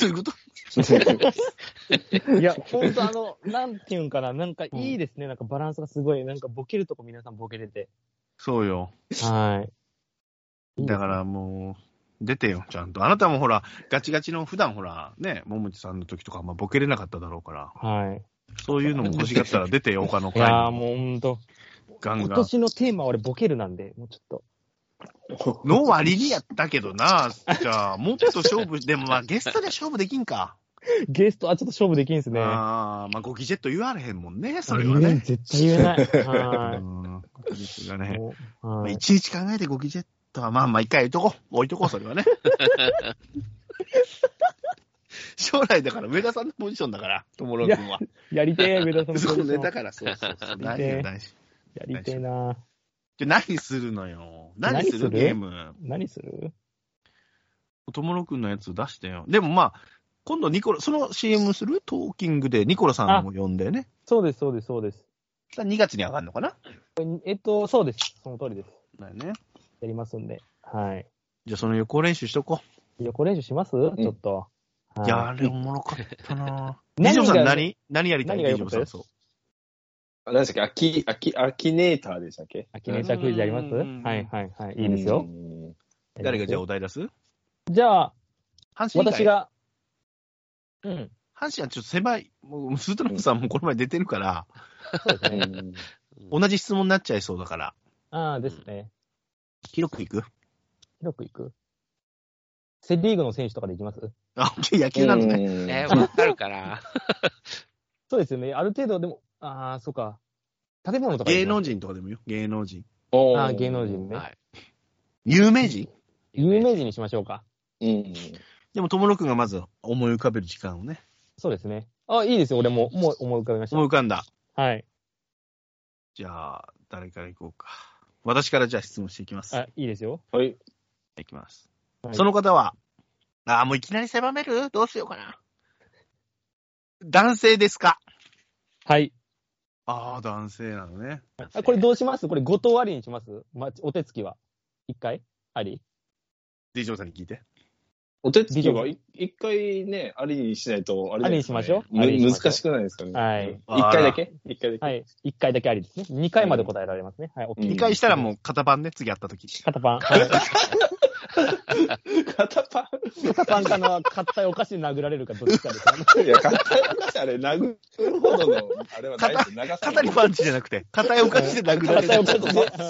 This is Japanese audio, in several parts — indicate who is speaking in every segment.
Speaker 1: どういうこと
Speaker 2: いや、ほんとあの、なんていうんかな、なんかいいですね、なんかバランスがすごい、なんかボケるとこ皆さんボケれて。
Speaker 1: そうよ。
Speaker 2: はい。
Speaker 1: だからもう、出てよ、ちゃんと。あなたもほら、ガチガチの普段ほら、ね、ももちさんの時とか、まあ、ボケれなかっただろうから、
Speaker 2: はい。
Speaker 1: そう いうのも欲しがったら出てよ、他の
Speaker 2: い
Speaker 1: 回に
Speaker 2: やーもうほんと、
Speaker 1: ガン
Speaker 2: 今
Speaker 1: ガン。
Speaker 2: 年のテーマは俺ボケるなんで、もうちょっと。
Speaker 1: の割にやったけどな、じゃあ、もっと勝 負、でもまあ、ゲストで勝負できんか。
Speaker 2: ゲスト、あ、ちょっと勝負できんすね。
Speaker 1: ああ、まあ、ゴキジェット言われへんもんね、それはね。
Speaker 2: 絶対言えない。
Speaker 1: う
Speaker 2: は
Speaker 1: ん、ゴキジェットが
Speaker 2: い。
Speaker 1: ね。
Speaker 2: もう
Speaker 1: まあ
Speaker 2: はい
Speaker 1: いちいち考えてゴキジェットは、まあまあ、一回置いとこう。置いとこう、それはね。将来だから、上田さんのポジションだから、ともろうくんは。
Speaker 2: やりてえ、上田さんのポ
Speaker 1: そ
Speaker 2: ジ
Speaker 1: う
Speaker 2: ショ
Speaker 1: ね、
Speaker 2: ン
Speaker 1: だから、そうそうそう。大事よ、大事。
Speaker 2: やりてえな
Speaker 1: じゃあ何するのよ。何
Speaker 2: 何
Speaker 1: する
Speaker 2: する
Speaker 1: ゲーム。
Speaker 2: 何する
Speaker 1: ともろくんのやつ出してよ。でもまあ、今度ニコロ、その CM するトーキングでニコロさんも呼んでね。
Speaker 2: そうです、そうです、そうです。
Speaker 1: 2月に上がるのかな
Speaker 2: えっと、そうです。その通りです。
Speaker 1: だよね。
Speaker 2: やりますんで。はい。
Speaker 1: じゃあその予行練習しとこ
Speaker 2: 予行練習しますちょっと。
Speaker 1: う。
Speaker 2: はい
Speaker 1: や、あれおもろかったなぁ。
Speaker 2: 何
Speaker 1: ジョ
Speaker 2: が
Speaker 1: ブさん何何やりたい
Speaker 2: 何が
Speaker 1: ジ
Speaker 2: 良
Speaker 1: ョ
Speaker 2: か
Speaker 1: ブ
Speaker 2: っ
Speaker 1: さ
Speaker 2: た
Speaker 1: んそ
Speaker 2: で
Speaker 1: う。
Speaker 3: あ何でしたっけアキ、アキ、アキネーターでしたっけ
Speaker 2: アキネータークイズやりま
Speaker 1: う
Speaker 2: す
Speaker 1: んうんうん
Speaker 2: はいはいはい。いいですよ。。
Speaker 1: 誰がじゃあ
Speaker 2: あ
Speaker 1: お題出す
Speaker 2: じゃあ、
Speaker 1: 阪神以外
Speaker 2: 私。が。うん。
Speaker 1: 阪神はちょっと狭い。もう、スートラムさんもこの前出てるから、
Speaker 2: そうです
Speaker 3: う
Speaker 2: ね。
Speaker 3: ん
Speaker 1: 同じ質問になっちゃいそうだから、
Speaker 2: ああ、ですね。
Speaker 1: 広くいく
Speaker 2: 広くいく。セリーグの選手とかでいきます
Speaker 1: あ、野球なんだね。
Speaker 3: うん
Speaker 4: えー、わかるかな
Speaker 2: そうですよね。ある程度、でも、ああ、そうか。建物とか。
Speaker 1: 芸能人とかでもいいよ。芸能人。
Speaker 3: おー
Speaker 2: ああ、芸能人ね。
Speaker 4: はい。
Speaker 1: 有名人
Speaker 2: 有名人にしましょうか。
Speaker 3: うん。
Speaker 1: でも、ともろくんがまず思い浮かべる時間をね。
Speaker 2: そうですね。あ、いいですよ。俺も、もう思い浮かびまし
Speaker 1: 思い浮かんだ。
Speaker 2: た。はい。
Speaker 1: じゃあ、誰から行こうか。私からじゃあ質問していきます。
Speaker 2: あ、いいですよ。
Speaker 3: はい。
Speaker 1: いきます。
Speaker 2: はい
Speaker 1: その方は、ああ、もういきなり狭めるどうしようかな。男性ですか
Speaker 2: はい。
Speaker 1: ああ、男性なのね。
Speaker 2: あこれどうしますこれ5等ありにしますま、お手つきは。1回あり
Speaker 1: D ジョーさんに聞いて。
Speaker 3: お手つきは、い一回ね、ありにしないと、あれじゃないです
Speaker 2: ありにし
Speaker 3: かね
Speaker 2: ましょうありにし
Speaker 3: む
Speaker 2: ましょう
Speaker 3: 難しくないですかね。
Speaker 2: はい。
Speaker 3: 一回だけ一回だけ。
Speaker 2: はい。1回だけありですね。2回まで答えられますね。はい。OK
Speaker 3: うん
Speaker 1: 2回したらもう型番ね、次会った時。
Speaker 2: 肩パン。はい
Speaker 3: 肩パ
Speaker 2: 肩パンかな、硬いお菓子で殴られるかどっちかですね。
Speaker 3: ン。いや、肩パンだし、あれ、殴るほどの、あれはないですよ長さ
Speaker 1: 肩にパンチじゃなくて、肩へおかしで殴られ
Speaker 2: 硬いお
Speaker 1: る。
Speaker 2: 菓子で。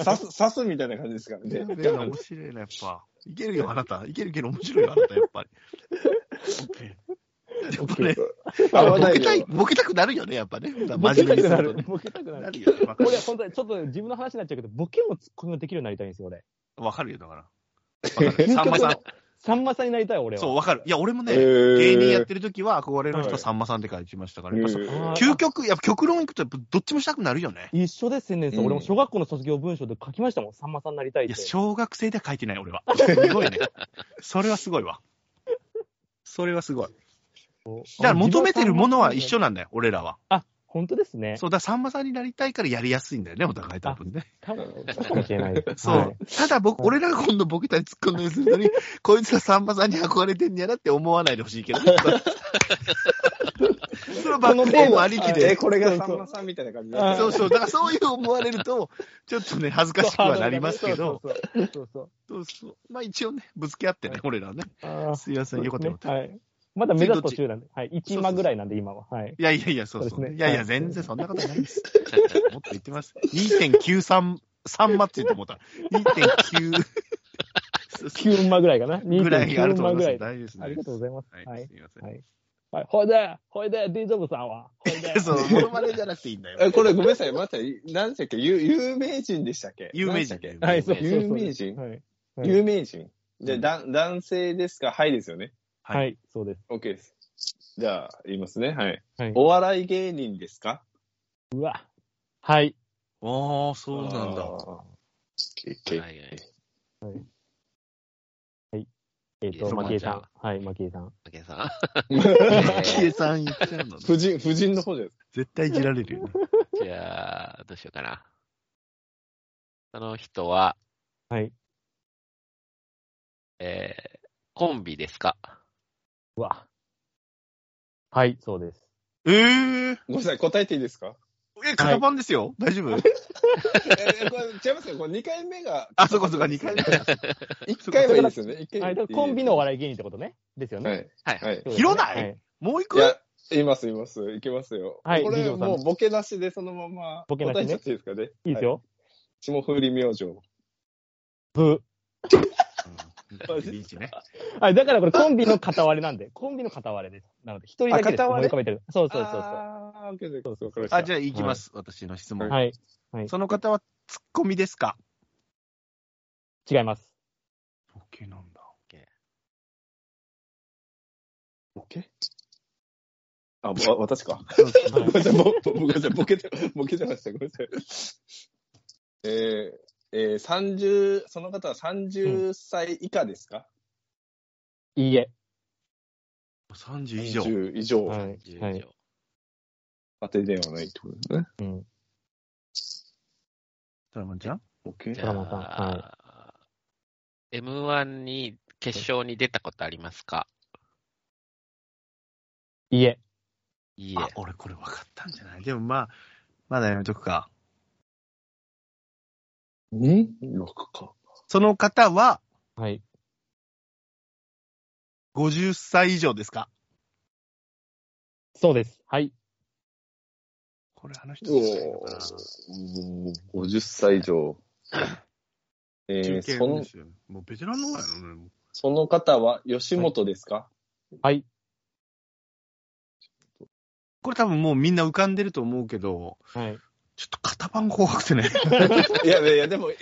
Speaker 3: 刺す、刺すみたいな感じですからね。
Speaker 1: いや面白いな、やっぱ。いけるよ、あなた。いけるけど面白いよ、あなた、やっぱり。やっぱね、
Speaker 3: 合わ
Speaker 1: ボ
Speaker 3: な
Speaker 1: ケ
Speaker 3: い
Speaker 1: た
Speaker 3: よ
Speaker 1: い、。ボケたくなるよね、やっぱね。
Speaker 2: ボ
Speaker 1: 真
Speaker 2: ケ
Speaker 1: 面目に
Speaker 2: たく
Speaker 1: す
Speaker 2: な
Speaker 1: るとね
Speaker 2: る。。ボケたくな
Speaker 1: な
Speaker 2: る。
Speaker 1: るよね、わか
Speaker 2: こ
Speaker 1: る
Speaker 2: れ本当にちょっと自分の話になっちゃうけど、ボケもツッコミもできるようになりたいんですよ、俺。
Speaker 1: わかるよ、だから。わか る。さんまさん。
Speaker 2: さんまさんになりたい、俺は。
Speaker 1: そう、わかる。いや、俺もね、芸
Speaker 3: 芸
Speaker 1: 人やってる時は憧れの人
Speaker 3: は
Speaker 1: はいさんまさんって書いてましたから、やっぱそう
Speaker 2: あ
Speaker 3: る。
Speaker 2: ー
Speaker 1: 究極、やっぱ極論いくと、やっぱどっちもしたくなるよね。
Speaker 2: 一緒ですね、
Speaker 3: うん
Speaker 2: 俺も小学校の卒業文章で書きましたもん。さんまさんになりたいっ
Speaker 1: い
Speaker 2: て
Speaker 1: や、。小学生では書いてない、俺は。すごいね。それはすごいわ。それはすごい。だから求めてるものは一緒
Speaker 2: な。
Speaker 1: なんだよ、俺らは。
Speaker 2: 本当ですね。
Speaker 1: そう、だからさんまさんになりたいからやりやすいんだよね、お互い多分ね。
Speaker 2: かもそうかもしれない。
Speaker 1: そう。
Speaker 2: はい
Speaker 1: ただ僕、俺らが今度ボケたり突っ込んだりする のに、こいつはさんまさんに憧れてんやなって思わないでほしいけど ね。そのバックボーンありきで
Speaker 3: え、。これがさんまさんみたいな感じ
Speaker 2: あ
Speaker 1: そうそう。だからそういう思われると、ちょっとね、恥ずかしくはなりますけど、。
Speaker 2: そうそうそうそう
Speaker 1: そうそう。まあ一応ね、ぶつけ合ってね、俺らはね。
Speaker 2: そうあー
Speaker 1: すいません、よかったよかった。
Speaker 2: はい。まだ目指す途中なんで。はい。1今ぐらいなんで、今は。はい。
Speaker 1: いやいやいや、そうそう。
Speaker 2: そうですね
Speaker 1: いやいや、
Speaker 2: はい
Speaker 1: 全然そんなことないです。もっと言ってます。2.93、3マって言ってもうた。2.9そうそう
Speaker 2: 9馬ぐらいかな。
Speaker 1: ぐらいあると思いま
Speaker 2: 2.9ぐ
Speaker 1: す。
Speaker 2: ら
Speaker 1: 大
Speaker 2: い。
Speaker 1: 丈夫ですね。
Speaker 2: ありがとうございます。
Speaker 1: は。
Speaker 2: はいい
Speaker 1: す。いません。。
Speaker 2: はいはい。ほいで、ほいで、デイジョブさんは。ほい で
Speaker 1: そう、モノマネじゃなくていいんだよ。
Speaker 3: え、これごめんなさい。また、何でしたっけ有有名人でしたっけ
Speaker 1: 有名人
Speaker 3: 何でしたっ
Speaker 2: はい、そうそうそう。
Speaker 3: 有名人
Speaker 2: はい。
Speaker 3: け
Speaker 2: はい
Speaker 3: 有名人。じゃ
Speaker 1: う
Speaker 3: あ、
Speaker 1: ん
Speaker 3: だん男性ですかはいですよね。
Speaker 1: はい
Speaker 2: はい、そうです。
Speaker 3: OK です。じゃあ、言いますね。はい。
Speaker 2: はい
Speaker 3: お笑い芸人ですか
Speaker 2: うわ。はい。
Speaker 1: ああ、そうなんだ。
Speaker 3: あーけ
Speaker 4: はい
Speaker 3: け
Speaker 4: はい。
Speaker 2: えっ、
Speaker 4: いや
Speaker 2: と、マキエさ。
Speaker 4: そうん
Speaker 2: はい、マキエさん。
Speaker 4: マケンさん。
Speaker 1: キエさん言っちゃうのね
Speaker 3: 夫人、夫人の方じゃないですか。
Speaker 1: 絶対いじられるよね。
Speaker 4: じゃあ、どうしようかな。その人は、
Speaker 2: はい。
Speaker 4: えー、コンビですか
Speaker 2: うわ。はい、そうです。
Speaker 1: えー、
Speaker 3: ごめんなさい、答えていいですか
Speaker 1: え、型番ですよ、大丈夫
Speaker 3: ええこれ違いますよ。これ2回目が、
Speaker 1: あ、そこそこ2回目。
Speaker 3: 1回はいいですよね。一回
Speaker 2: は、
Speaker 3: はいい
Speaker 2: だ
Speaker 3: い
Speaker 2: からコンビのお笑い芸人ってことね。ですよ
Speaker 3: は
Speaker 2: ね。
Speaker 3: い。
Speaker 4: はい。
Speaker 3: はい。
Speaker 2: そうですね
Speaker 1: 広ない
Speaker 2: は
Speaker 1: もう一
Speaker 3: いや
Speaker 1: 個、
Speaker 3: います、います。いけますよ。
Speaker 2: はい
Speaker 3: こ
Speaker 2: 二
Speaker 3: れ、
Speaker 2: 条さん
Speaker 3: もうボケなしでそのまま
Speaker 2: ボケなしね
Speaker 3: 答えちゃっていいですかね。
Speaker 2: いいですよ。
Speaker 3: 霜降り明星。
Speaker 2: ブ
Speaker 1: うんリーチね。
Speaker 2: ー。はい、だからこれコンビの片割れなんで、 コンビの片割れです。なので、一人だけです
Speaker 1: あ片
Speaker 2: 思
Speaker 1: 割れ
Speaker 2: い浮かべてる。そうそうそうそ
Speaker 3: あー、オッケーです。そうそう、
Speaker 1: あ、じゃあ行きます、私の質問、
Speaker 2: う。はい、
Speaker 1: その方はツッコミですか
Speaker 2: 違います。
Speaker 1: ボケなんだ。
Speaker 3: ボケあ、ぼ私か。
Speaker 2: は
Speaker 3: ごめ
Speaker 2: い
Speaker 3: んなさい、ぼぼごめんなさい、ボケて、ボケてました。ごめんなさい。えー、えー、30、その方は30歳以下ですか、
Speaker 2: いいえ。
Speaker 1: 30
Speaker 3: 30
Speaker 1: 以上。
Speaker 3: 以上。
Speaker 2: はい
Speaker 4: 10以。上
Speaker 2: はい。
Speaker 3: 当てではないってことですね。
Speaker 2: うん。
Speaker 1: ドラマンちゃん
Speaker 3: ボケ
Speaker 4: じ
Speaker 2: ド
Speaker 4: ゃ
Speaker 2: ラマさんは
Speaker 4: あ、M1 に、決勝に出たことありますか
Speaker 2: いいえ。
Speaker 4: いい
Speaker 1: あ、俺これ分かったんじゃないでもまあ、まだやめとくか。
Speaker 3: ?2、6か。
Speaker 1: その方は
Speaker 2: はい。
Speaker 1: 50歳以上ですか
Speaker 2: そうです。はい。
Speaker 1: これあの人
Speaker 3: お
Speaker 1: じゃないのかな
Speaker 3: ーおー50歳以上。え
Speaker 1: 中
Speaker 3: ー、
Speaker 1: 堅
Speaker 3: そ
Speaker 1: で
Speaker 3: の、
Speaker 1: すよね。もうベテランの方やろね。
Speaker 3: その方は吉本ですか、
Speaker 2: はい。
Speaker 1: これ多分もうみんな浮かんでると思うけど、
Speaker 2: はい。
Speaker 1: ちょっと型番怖くてね。
Speaker 3: いやいやいや、でも、え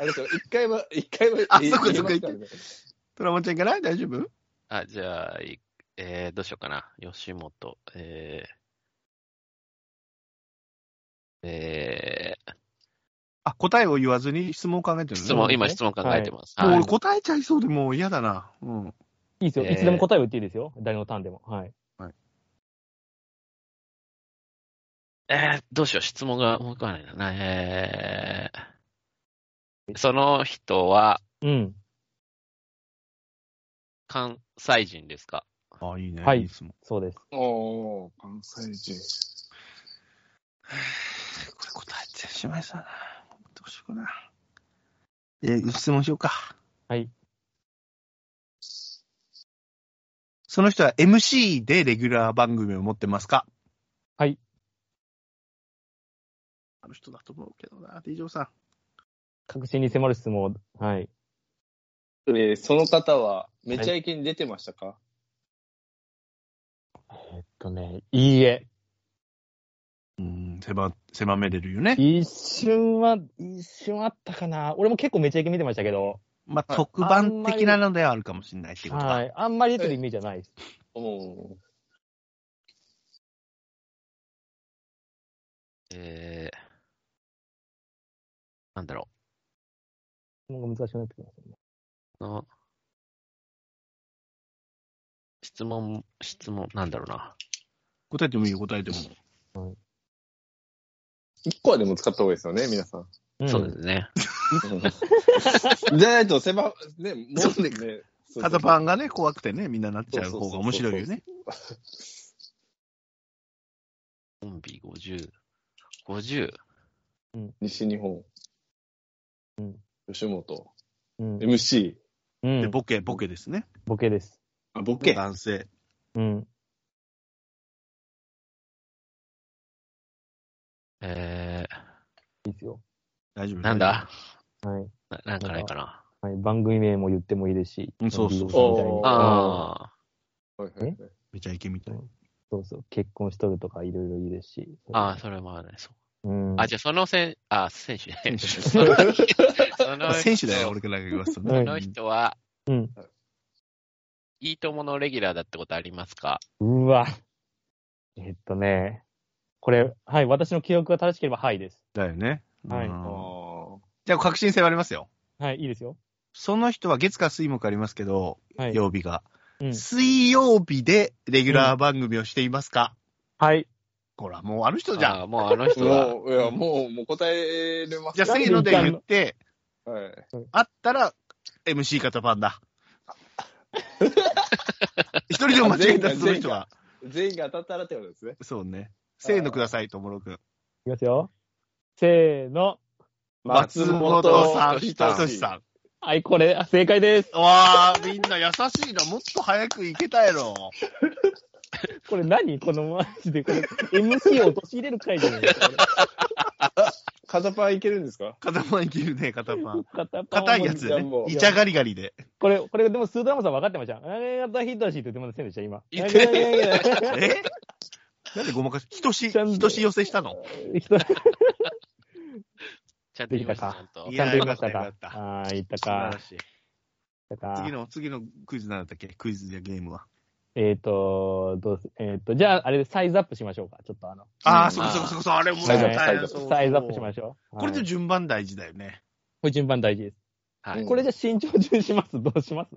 Speaker 3: あれですよ、一回は、一回は、
Speaker 1: あ
Speaker 3: え
Speaker 1: そっかそ
Speaker 3: 言
Speaker 1: っ
Speaker 3: い
Speaker 1: か
Speaker 3: ましたね
Speaker 1: ドラマちゃんいかない大丈夫
Speaker 4: あ、じゃあ、いえー、どうしようかな。吉本、えー、え
Speaker 1: あ、答えを言わずに質問を考えてる
Speaker 4: ー、
Speaker 1: の
Speaker 4: 質
Speaker 2: そう
Speaker 4: 問、
Speaker 2: ですね
Speaker 4: 今質問考えてます。
Speaker 1: もう
Speaker 4: はい
Speaker 1: 俺答えちゃいそうでもう嫌だな。うん。
Speaker 2: いいですよ。
Speaker 4: えー
Speaker 2: いつでも答えを言っていいですよ。誰のターンでも。はい。
Speaker 4: えー、どうしよう、質問が思い浮かばないな。えー、その人は
Speaker 2: うん。
Speaker 4: 関西人ですか
Speaker 1: あ、いいね。
Speaker 2: はい
Speaker 1: 質問。
Speaker 2: そうです。
Speaker 3: おー、関西人。
Speaker 1: これ答えてしまいそうだな。どうしようかな。え、質問しようか。
Speaker 2: はい。
Speaker 1: その人は MC でレギュラー番組を持ってますか
Speaker 2: はい。
Speaker 1: あの人だと思うけどな、D ジョーさん。
Speaker 2: 確信に迫る質問。はい。
Speaker 3: えー、その方は、めちゃイケに出てましたか、
Speaker 2: えっとね、いいえ。
Speaker 1: うん、狭、狭めれるよね。
Speaker 2: 一瞬は、一瞬あったかな。俺も結構めちゃイケ見てましたけど。
Speaker 1: まあ、
Speaker 3: はい
Speaker 1: 特番的なのではあるかもしれないってことは。
Speaker 2: はい。あんまり出てるイメージはないです。
Speaker 3: おー
Speaker 4: えー、なんだろ
Speaker 2: 質問が難しくなってきますよね。
Speaker 4: う。の質問、質問、なんだろうな。
Speaker 1: 答えてもいいよ、答えても。
Speaker 3: 一個はでも使った方がいいですよね、皆 さん。
Speaker 2: ん
Speaker 4: そうですね。
Speaker 3: じゃないと狭、ね、もうね、そうそう
Speaker 1: 肩パンがね、怖くてね、みんななっちゃう方が面白いよね。
Speaker 4: コンビ50。50。
Speaker 3: 西日本。
Speaker 2: うん
Speaker 3: 吉本。
Speaker 2: うん。
Speaker 3: MC。
Speaker 2: うん
Speaker 1: で、ボケ、ボケですね。
Speaker 2: ボケです。
Speaker 3: あ、ボケ。
Speaker 1: 男性。
Speaker 2: うん。
Speaker 4: え
Speaker 2: いいですよ。
Speaker 1: 大丈夫
Speaker 4: ー、なんだ
Speaker 2: はい。
Speaker 4: ななんかないかな。
Speaker 2: はい、番組名も言ってもいいですし。
Speaker 1: うんそうそう
Speaker 3: そう
Speaker 2: みたいに
Speaker 3: おー
Speaker 2: ああ。
Speaker 4: あ
Speaker 3: はいはいはい
Speaker 1: めちゃイケみたい。
Speaker 2: そうそう。結婚しとるとかいろいろいいですし。
Speaker 4: あ、ああ、それもあるね。そう。
Speaker 2: うん。
Speaker 4: あ、じゃあその選、あ、選手ね。
Speaker 1: 選手
Speaker 4: そのその
Speaker 1: 選手だよ、俺から言わすと
Speaker 2: は
Speaker 1: ね
Speaker 4: そ
Speaker 2: い。
Speaker 4: の人は、
Speaker 2: うん。
Speaker 4: いいとものレギュラーだってことありますか
Speaker 2: うわ。えっとね。これ、はい。私の記憶が正しければ、はいです。
Speaker 1: だよね。
Speaker 2: はい
Speaker 1: うん
Speaker 3: あー
Speaker 1: じゃあ、確信性はありますよ。
Speaker 2: はい。いいですよ。
Speaker 1: その人は月火水木ありますけど、
Speaker 2: はい。
Speaker 1: 曜日が。
Speaker 2: うん
Speaker 1: 水曜日でレギュラー番組をしていますか、
Speaker 2: はい。
Speaker 1: ほら、もうあの人じゃん。
Speaker 4: あもうあの人は、
Speaker 3: もう、いや、もう、もう答えれます
Speaker 1: じゃあ、
Speaker 2: なん
Speaker 1: せ
Speaker 2: で
Speaker 1: ーので言って、
Speaker 3: はい。
Speaker 1: あったら、MC 型番だ。一人でも間違えたら、
Speaker 3: 全員が
Speaker 1: その人は。
Speaker 3: 全員が当たったらってことですね。
Speaker 1: そうね。せーのください、ともろくん。
Speaker 2: きますよ。せーの。
Speaker 1: 松本さん、人志さん。
Speaker 2: はい、これ、あ正解です。
Speaker 1: わあ、みんな優しいな。もっと早く行けたやろ。
Speaker 2: これ何このマジで、これ、MC を陥れる回じゃないですか。
Speaker 3: 肩パンいけるんですか
Speaker 1: 片パンいける ね、片パン。
Speaker 2: 硬
Speaker 1: 硬いやつで
Speaker 3: いや
Speaker 1: ね
Speaker 3: も。う
Speaker 1: いちゃがりがりで。
Speaker 2: これ、これ、でも、スーダムさん分かってました。あれがヒットシーって言ってませんでした、今。
Speaker 4: 言ってない
Speaker 2: いやいやい や
Speaker 1: えなんでごまかし、人し、
Speaker 2: ちゃんと
Speaker 1: 人し寄せしたの
Speaker 2: 人
Speaker 4: ちゃんと言いました、ちゃんと
Speaker 1: い。
Speaker 2: ちゃんと言いました
Speaker 1: よ
Speaker 2: か。
Speaker 1: かったよかった
Speaker 2: ああー、言った
Speaker 4: 素晴
Speaker 2: か。
Speaker 4: らしい。
Speaker 2: 言ったか
Speaker 1: 次の、次のクイズなんだったっけクイズやゲームは。
Speaker 2: えっ、と、どうす、えっ、と、じゃあ、あれでサイズアップしましょうか。ちょっとあの、
Speaker 1: ああ、そうかそうかそうかそう、あれ面白かった。
Speaker 3: サイズアップ
Speaker 2: サイズアップしま
Speaker 1: し
Speaker 2: しょう。
Speaker 1: これ
Speaker 2: は
Speaker 1: で
Speaker 2: い
Speaker 1: 順番大事だよね。
Speaker 2: これ順番大事です。
Speaker 4: はい。
Speaker 2: これじゃあ身長順しますどうします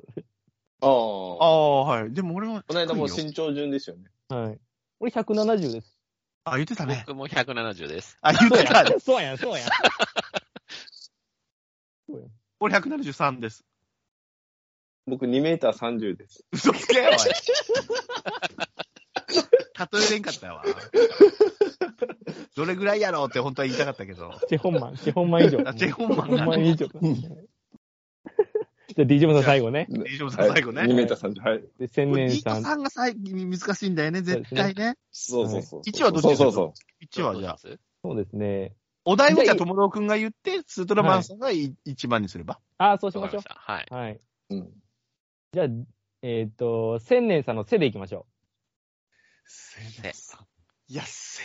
Speaker 3: ああ。
Speaker 1: ああ、はい。でも俺は、
Speaker 3: この間もう
Speaker 1: 低いよ
Speaker 3: 身長順ですよね。
Speaker 2: はい。俺170です。
Speaker 1: あ、言ってたね。
Speaker 4: 僕も170です。
Speaker 1: あ、言ってたね。
Speaker 2: そうやん、そうやん。
Speaker 1: 俺173です。
Speaker 3: 僕2メーター30です。
Speaker 1: 嘘つけ よ、おい。例えれんかったわ。どれぐらいやろうって本当は言いたかったけど。
Speaker 2: チェホンマン、チェホンマン 以上。
Speaker 1: あチェホンマン
Speaker 2: チェホンマン以上。 じゃあ、DJ もさん最後ね。
Speaker 1: 以上さん 最後
Speaker 3: 2
Speaker 1: ね。
Speaker 3: メーター30。はい。
Speaker 2: で、千
Speaker 1: これ
Speaker 2: 年
Speaker 1: ニー
Speaker 2: さ
Speaker 1: ト
Speaker 2: ん。
Speaker 1: さんが最近難しいんだよね、絶対ね。
Speaker 3: そうそうそう。
Speaker 1: 一はどっちですか
Speaker 3: そうそうそ
Speaker 1: 1はじゃあ。
Speaker 4: あ。
Speaker 2: そうですね。
Speaker 1: お題をじゃあ、ともろうくんが言って、スートラマンさんが1番にすれば。
Speaker 2: ああ、そうし
Speaker 4: わ
Speaker 2: ま
Speaker 4: かり
Speaker 2: しょ
Speaker 4: ました。はい。
Speaker 2: う。はい。
Speaker 3: う。うん。
Speaker 2: じゃあ、えっ、と、千年さんの背でいきましょ
Speaker 1: せいやっせ。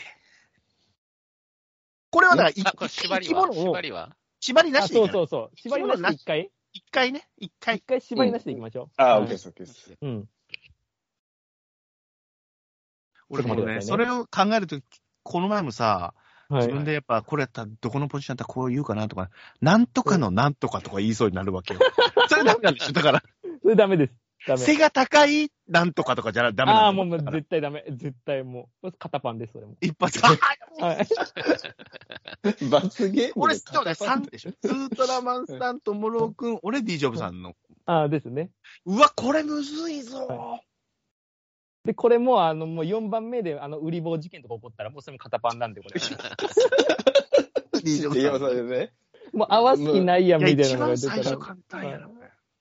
Speaker 1: これはだから、い
Speaker 4: あ、これ縛り
Speaker 1: 生き
Speaker 4: は
Speaker 1: 物を
Speaker 4: 縛りは
Speaker 1: 縛り
Speaker 2: う。
Speaker 1: な
Speaker 2: あ、
Speaker 1: しでいい
Speaker 2: そ
Speaker 1: うから
Speaker 2: そうそう。縛りなしで一回
Speaker 1: 一回ね、一回
Speaker 2: 一。回縛りなしでいきましょ
Speaker 3: あ
Speaker 2: う
Speaker 3: あ、
Speaker 2: ん
Speaker 3: OK です、OK です。
Speaker 2: う。うん。
Speaker 1: 俺も
Speaker 2: ちょっと待ってください
Speaker 1: ね、
Speaker 2: ね
Speaker 1: それを考えるとき、この前もさ、
Speaker 2: は
Speaker 1: 自
Speaker 2: い。
Speaker 1: 分でやっぱ、これやったら、どこのポジションだったらこう言うかなとか、なんとかのなんとかとか言いそうになるわけ よ。それダメなんでしょだから、
Speaker 2: それダメです。ダメ。
Speaker 1: 背が高いなんとかとかじゃダメ
Speaker 2: あ
Speaker 1: な
Speaker 2: あ、
Speaker 1: ん
Speaker 2: も
Speaker 1: だ
Speaker 2: う
Speaker 1: よ
Speaker 2: もう絶対ダメ。絶対もう。肩パンです、それも。
Speaker 1: 一発、あー
Speaker 2: はい。
Speaker 3: 罰ゲーム
Speaker 1: 俺、
Speaker 3: で
Speaker 1: そうだね、3でしょ。スートラマンさんとモロー君、俺、ディジョブさんの。
Speaker 2: ああ、ですね。
Speaker 1: うわ、これむずいぞ。
Speaker 2: で、これも、あの、もう4番目で、あの、売り棒事件とか起こったら、もうそれも肩パンなんで、こ
Speaker 1: デ
Speaker 2: れ。
Speaker 1: ィジョ
Speaker 3: いや
Speaker 1: ブ
Speaker 3: そ
Speaker 1: さん。
Speaker 3: れね。
Speaker 2: もう合わす気ないやん、
Speaker 1: い
Speaker 2: み
Speaker 1: や、
Speaker 2: たい
Speaker 1: 一
Speaker 2: なのが
Speaker 1: 番
Speaker 2: 出
Speaker 1: 最初
Speaker 2: たら。
Speaker 1: 簡単やな。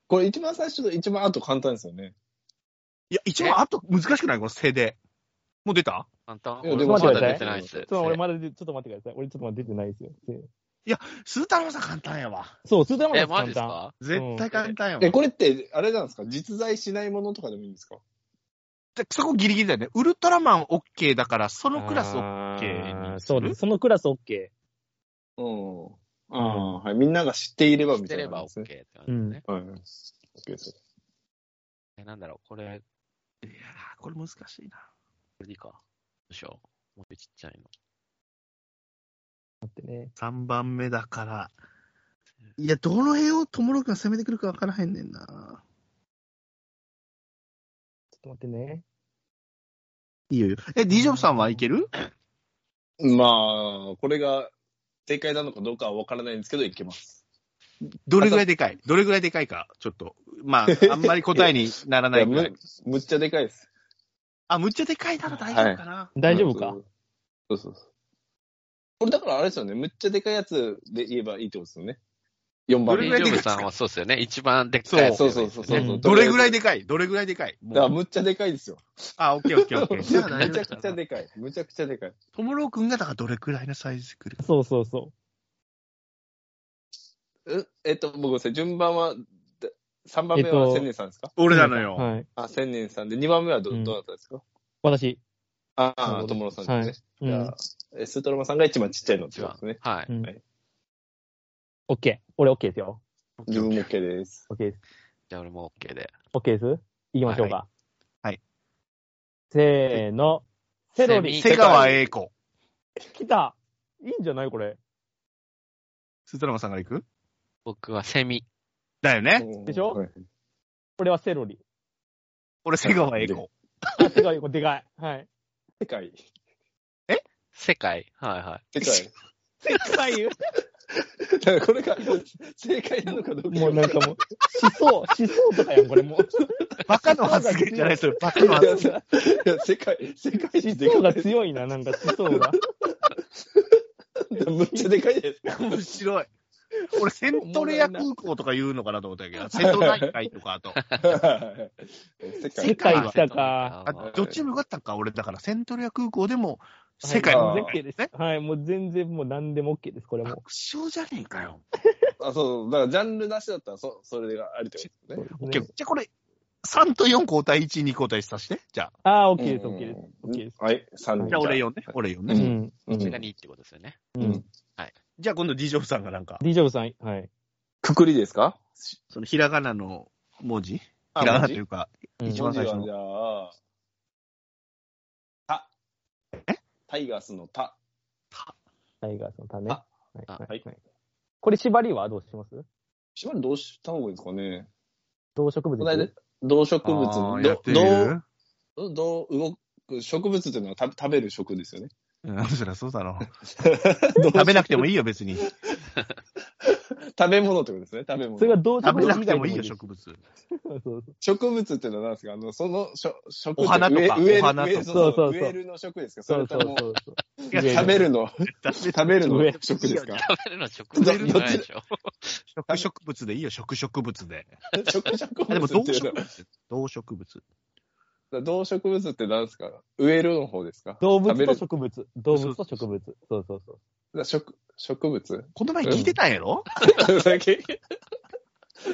Speaker 3: これ一番最初と一番後簡単ですよね。
Speaker 1: いや、一番あと難しくないこの背で。もう出た
Speaker 4: 簡単
Speaker 3: いや
Speaker 4: 俺
Speaker 3: で
Speaker 2: も
Speaker 4: まだ
Speaker 2: 待って
Speaker 4: 出てないです。
Speaker 2: そう、俺まだ出て、ちょっと待ってください。俺ちょっとまだ出てないですよ。で
Speaker 1: スータローさん簡単やわ。
Speaker 2: そう、それでも
Speaker 4: え、マ
Speaker 2: 簡
Speaker 4: ジです
Speaker 2: 単。
Speaker 4: か
Speaker 1: 絶対簡単やわ。
Speaker 3: え、これって、あれなんですか実在しないものとかでもいいんですか
Speaker 1: でそこギリギリだよね。ウルトラマン OK だから、そのクラス OK
Speaker 2: あー
Speaker 1: にす
Speaker 2: そう
Speaker 1: る。
Speaker 2: です。そのクラス OK。
Speaker 3: うん。ああ、はい。みんなが知っていれば
Speaker 4: 知っ
Speaker 3: みた
Speaker 4: てれ
Speaker 3: いな
Speaker 4: ば OK っ
Speaker 3: 感じですね。
Speaker 4: て感じですね。
Speaker 3: ば OK。はい。OK です。
Speaker 4: えなんだろう、これ、
Speaker 1: いやーこれ難しいな。
Speaker 4: これでいいか。どうしよう。もうちっちゃいの。
Speaker 2: 待ってね。
Speaker 1: 3番目だから。いや、どの辺をともろくんが攻めてくるか分からへんねんな。
Speaker 2: ちょっと待ってね。
Speaker 1: いいよいいよ。え、ディジョブさんはいける
Speaker 3: まあ、これが正解なのかどうかは分からないんですけど、いけます。
Speaker 1: どれぐらいでかいどれぐらいでかいか、ちょっと。 まあ、あんまり答えになら
Speaker 3: い
Speaker 1: な
Speaker 3: や、
Speaker 1: いぐらい
Speaker 3: む。、むっちゃでかいです。
Speaker 1: あ、むっちゃでかいなら大丈夫かな。
Speaker 2: 大丈夫か
Speaker 3: そうそうそう。これだからあれですよね。むっちゃでかいやつで言えばいいってことですよね。4
Speaker 1: ど
Speaker 3: 番
Speaker 1: れ
Speaker 4: リ
Speaker 1: ぐらいでかい
Speaker 4: ジョブ
Speaker 1: ですか
Speaker 4: さんはそうですよね。一番でっかいやつ
Speaker 3: そ
Speaker 4: で
Speaker 3: う
Speaker 4: すよ
Speaker 3: そ
Speaker 4: ね。
Speaker 3: うそうそう
Speaker 2: う
Speaker 3: そう。
Speaker 2: ん
Speaker 1: どれぐらい
Speaker 3: で
Speaker 1: でかいどれぐらいでかいもう
Speaker 3: だからむっちゃでかいですよ。
Speaker 1: あ、オッケーオッケーオッケー。じゃあ大
Speaker 3: むち
Speaker 1: 丈
Speaker 3: ゃ
Speaker 1: 夫
Speaker 3: くちゃでかい。むちゃくちゃでかい。
Speaker 1: ともろうくんがだからどれくらいのサイズでくる
Speaker 2: そうそうそ
Speaker 3: ええっと、僕ごめんなさい。順番は、で3番目は千年さんですか、
Speaker 1: 俺
Speaker 2: う。
Speaker 1: なのよ。
Speaker 2: はい。
Speaker 3: あ、千年さんで、2番目はど,、
Speaker 2: うん
Speaker 3: どうだったんですか
Speaker 2: 私。
Speaker 3: あ
Speaker 2: なる
Speaker 3: あ、
Speaker 2: ほど
Speaker 3: ともろさんです
Speaker 2: う
Speaker 3: ね。じ
Speaker 2: ん
Speaker 3: ゃ。あ、えスートロマさんが一番ちっちゃいのっ
Speaker 4: 一
Speaker 3: てこと
Speaker 4: 番
Speaker 3: ですね。
Speaker 4: はい。
Speaker 2: うん
Speaker 3: はい
Speaker 2: OK。俺 OK ですよ。
Speaker 3: 自分も OK です。
Speaker 2: OK です。
Speaker 4: じゃあ俺も OK で。
Speaker 2: OK です行きましょうか。
Speaker 1: はいはい。
Speaker 2: せーの。セロリ。
Speaker 4: セ
Speaker 1: 瀬
Speaker 4: ミ
Speaker 1: 川栄子。
Speaker 2: 来たいいんじゃないこれ。
Speaker 1: スートラマさんから行く
Speaker 4: 僕はセミ。
Speaker 1: だよね。
Speaker 3: うん
Speaker 2: でしょ
Speaker 3: はい
Speaker 2: これはセロリ。
Speaker 1: 俺瀬川栄子。
Speaker 2: あ、でかい、これでかい。はい。
Speaker 3: 世界。
Speaker 4: 世界。はいはい。
Speaker 3: 世界。
Speaker 2: でかいよ。
Speaker 3: だからこれが正解なのかどうか。
Speaker 2: もうなんかもう、思想、思想とかやん、これ もう。
Speaker 1: バカの発言じゃない、それ。バカの
Speaker 3: い
Speaker 1: 発
Speaker 3: やさいや世界、世界一で
Speaker 2: 思想
Speaker 3: か
Speaker 2: が
Speaker 3: い。
Speaker 2: 強いな、なんか思想が。
Speaker 3: むっちゃでかいじゃないですか。
Speaker 1: 言。面白い。俺、セントレア空港とか言うのかなと思ったけど、瀬戸内海とか、 あと。
Speaker 3: 世界
Speaker 2: 世界来たか。
Speaker 1: あどっちもよかったんか、俺。だから、セントレア空港でも、
Speaker 2: はい
Speaker 1: 世界
Speaker 2: もう
Speaker 1: の
Speaker 3: あ
Speaker 2: 全
Speaker 3: ー
Speaker 2: 然 OK です
Speaker 1: ね。
Speaker 2: はい、もう全然もう何でも OK です、これも
Speaker 1: 楽。勝じゃねえかよ。
Speaker 3: あ、そう、だからジャンルなしだったら、そそれがあるってことですね。
Speaker 2: そうです
Speaker 1: じゃ
Speaker 2: ね
Speaker 1: あ、これ、3と4交代、1、2交代させて。じゃあ、
Speaker 2: ああ、OK です、OK です。
Speaker 3: うん
Speaker 2: OK です
Speaker 3: はい、3
Speaker 1: じゃあ俺4ね。俺4ね。
Speaker 2: うん。
Speaker 3: う
Speaker 4: それが
Speaker 3: ん
Speaker 4: 2ってことですよね。
Speaker 2: うん。
Speaker 1: じゃあ、今度、ディジョフさんがなんか、
Speaker 2: D ジョブさん、はい。
Speaker 3: くくりですか
Speaker 1: その、ひらがなの文字ひ
Speaker 3: あ
Speaker 1: らがな
Speaker 3: 文
Speaker 1: と
Speaker 3: 字
Speaker 1: いうか、
Speaker 2: うん
Speaker 1: 一番最初の
Speaker 3: 文字はじゃあ、た。
Speaker 1: え
Speaker 3: タイガースのた。
Speaker 2: タイガースの種。
Speaker 3: あ
Speaker 2: はい
Speaker 4: あ
Speaker 2: は
Speaker 3: はいい。
Speaker 2: はいこれ縛りはどうします
Speaker 3: しばらくどうした方がいいですかね
Speaker 2: 動植物
Speaker 3: この間、動植物
Speaker 1: あ
Speaker 3: の、
Speaker 1: ーやっ
Speaker 3: ど
Speaker 1: て
Speaker 3: ど
Speaker 1: る
Speaker 3: う、どう動く、植物というのはた食べる食ですよね。
Speaker 1: うん、そりゃそうだろう。 食べなくてもいいよ、別に。
Speaker 3: 食べ物ってことですね、食べ物。
Speaker 2: それが動植
Speaker 1: 食べ
Speaker 2: 物
Speaker 1: なくて
Speaker 2: 以外
Speaker 1: もいいよ、
Speaker 2: そう
Speaker 1: 植物。
Speaker 2: そう
Speaker 3: 植物ってのは何ですかあの、その、しょ植
Speaker 1: お花とか
Speaker 3: 植え植える
Speaker 1: お花とか
Speaker 3: 植えそう
Speaker 2: そうそうそう
Speaker 3: そう植えるの植ですか そ
Speaker 2: そう
Speaker 3: れ
Speaker 2: そ
Speaker 3: と
Speaker 2: う
Speaker 3: も、
Speaker 2: そうそう。
Speaker 1: いや、
Speaker 2: 植
Speaker 1: 食
Speaker 2: え
Speaker 3: 食
Speaker 1: べ
Speaker 3: べるの、
Speaker 1: 食
Speaker 3: 食べる
Speaker 2: 植え
Speaker 3: の植ですか
Speaker 4: 食べるのは植物じゃないでしょ。
Speaker 1: 食植物でいいよ、食植物で。
Speaker 3: 植植
Speaker 1: あでも、
Speaker 3: 物
Speaker 1: 動
Speaker 3: っていう
Speaker 1: 植
Speaker 3: の
Speaker 1: 物。動植物。
Speaker 3: は。動植物って何ですか植えるの方ですか
Speaker 2: 動
Speaker 3: 食
Speaker 2: 物
Speaker 3: べ
Speaker 2: と
Speaker 3: る
Speaker 2: 植物。動物と植物。そうそうそう。
Speaker 3: 植、植物
Speaker 1: この前聞いてたんやろ、
Speaker 3: さっき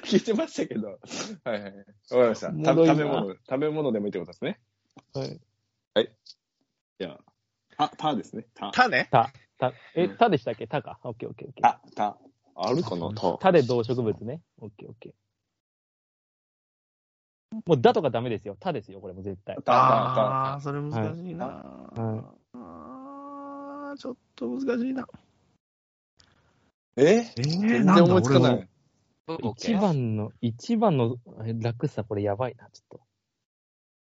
Speaker 3: 聞いてましたけど。はいはい。わかりました。た
Speaker 2: 戻りな
Speaker 3: 食べ物、食べ物でもいいってことですね。
Speaker 2: はい。
Speaker 3: じゃあ、た、たですね。た。
Speaker 1: たね。
Speaker 2: た、え、たでしたっけたか。オッケーオッケーオッケー。
Speaker 3: た、た。あるかなた。
Speaker 2: たで動植物ね。オッケーオッケー。もう、だとかダメですよ。たですよ、これも絶対。
Speaker 3: た、た、
Speaker 1: あー、それ難しいな、
Speaker 2: はい
Speaker 1: あーちょっと難しいな。
Speaker 3: た。え
Speaker 1: え
Speaker 3: 全然思いつかない。
Speaker 4: 僕
Speaker 2: 一
Speaker 4: OK。
Speaker 2: 番の、一番のえ楽さ、これやばいな、ちょっ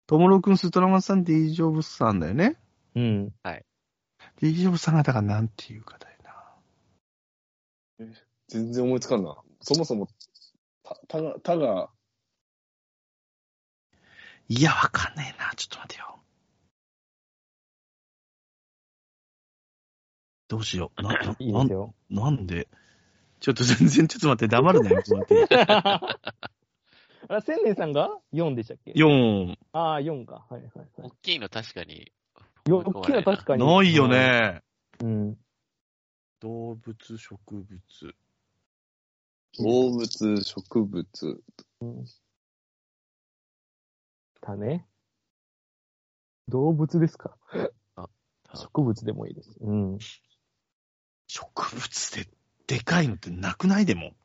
Speaker 1: ともろくん、ストラマンさん、ディージョブスさんだよね。
Speaker 2: と。うん。
Speaker 1: ディージョブスさんがだからなんていうかだよな。
Speaker 3: 全然思いつかんな。そもそも、た、たが、たが、
Speaker 1: いや、わかんねえな。ちょっと待てよ。どうしよう。な、ない
Speaker 2: いですよ。
Speaker 1: なんでちょっと全然、ちょっと待って、黙るね。ちょっと待って。
Speaker 2: あら、千年さんが4でしたっけ
Speaker 1: 4、
Speaker 2: ああ、4か。はいはいは
Speaker 4: 大きいの確かに。
Speaker 2: い。よ大きいの確かに。
Speaker 1: ないよ。ね。
Speaker 2: うん。
Speaker 1: 動物、植物。
Speaker 3: 動物、植 物、
Speaker 2: だね。動物ですか
Speaker 4: あ
Speaker 2: 植物でもいいです。うん。
Speaker 1: 植物で、でかいのってなくないでも。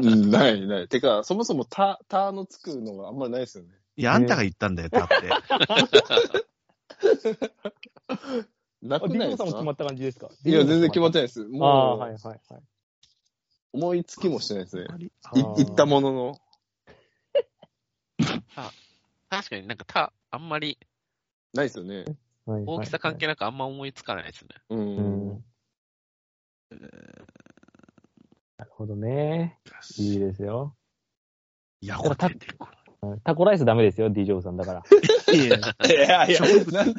Speaker 3: うん、ない、ない。てか、そもそもた、たのつくのがあんまりないですよね。
Speaker 1: いや、あんたが言ったんだよ、だっ て。
Speaker 3: な
Speaker 2: あ、
Speaker 3: く
Speaker 2: ビ
Speaker 3: ない
Speaker 2: ジョンさ
Speaker 3: です
Speaker 2: んも決ま
Speaker 3: か
Speaker 2: った感じですか
Speaker 3: いや、全然決まっててないです。
Speaker 2: ああ、
Speaker 3: も、
Speaker 2: はいうはいはい。
Speaker 3: 思いつきもしてないですね。
Speaker 2: い
Speaker 3: い
Speaker 2: あー
Speaker 3: 言ったものの。
Speaker 4: 確かになんかた、あんまり
Speaker 3: ないですよね。
Speaker 2: はいはいはい
Speaker 4: 大きさ関係なくあんま思いつかないですね。
Speaker 3: う。
Speaker 2: うんん。なるほどね。いいですよ。
Speaker 1: いや、これ出てこ
Speaker 2: うんタコライスダメですよ、ディジョブさんだから。
Speaker 1: ない。いや
Speaker 3: いやいや、
Speaker 1: 植物
Speaker 3: なん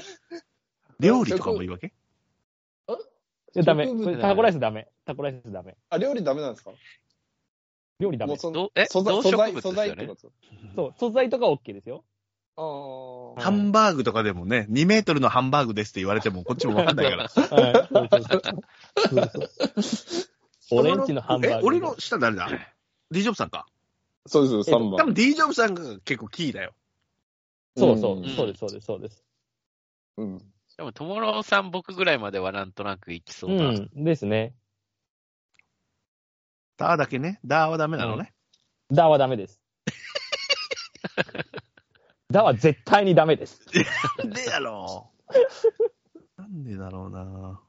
Speaker 1: 料理とかもいいわけ
Speaker 2: いや、 ダメ。
Speaker 3: 植物
Speaker 2: それタコライスダメ。タコライスダメ。
Speaker 3: あ、料理ダメなんですか
Speaker 2: 料理ダ
Speaker 3: も
Speaker 2: メ
Speaker 3: う。その
Speaker 4: どえ
Speaker 3: 素
Speaker 4: 動
Speaker 3: 材、
Speaker 4: 植
Speaker 3: 素
Speaker 4: 物ですよ
Speaker 3: 材、素材って
Speaker 4: ね
Speaker 3: こ。
Speaker 2: そう、素材とか OK ですよ。う
Speaker 3: と。
Speaker 2: ん
Speaker 3: あ
Speaker 1: ハンバーグとかでもね、2メートルのハンバーグですって言われても、こっちもわかんないから。
Speaker 2: はい。そうそうそうそうそう。オレンジのハンバーグ。
Speaker 1: え 俺の下誰だ ?D ジョブさんか。
Speaker 3: あ。そうです、3
Speaker 1: 多
Speaker 3: 番。
Speaker 1: 分 D ジョブさんが結構キーだよ。
Speaker 2: そうそうう、
Speaker 3: ん
Speaker 2: そうです、そうです、そうです。
Speaker 3: うん。
Speaker 4: でも、ともろさん僕ぐらいまではなんとなくいきそう
Speaker 2: う
Speaker 4: な。
Speaker 2: ん、ですね。
Speaker 1: ダーだけね。ダーはダメなのね。
Speaker 2: ダはダメです。ダは絶対にダメです。
Speaker 1: なんでやろう。なんでだろうな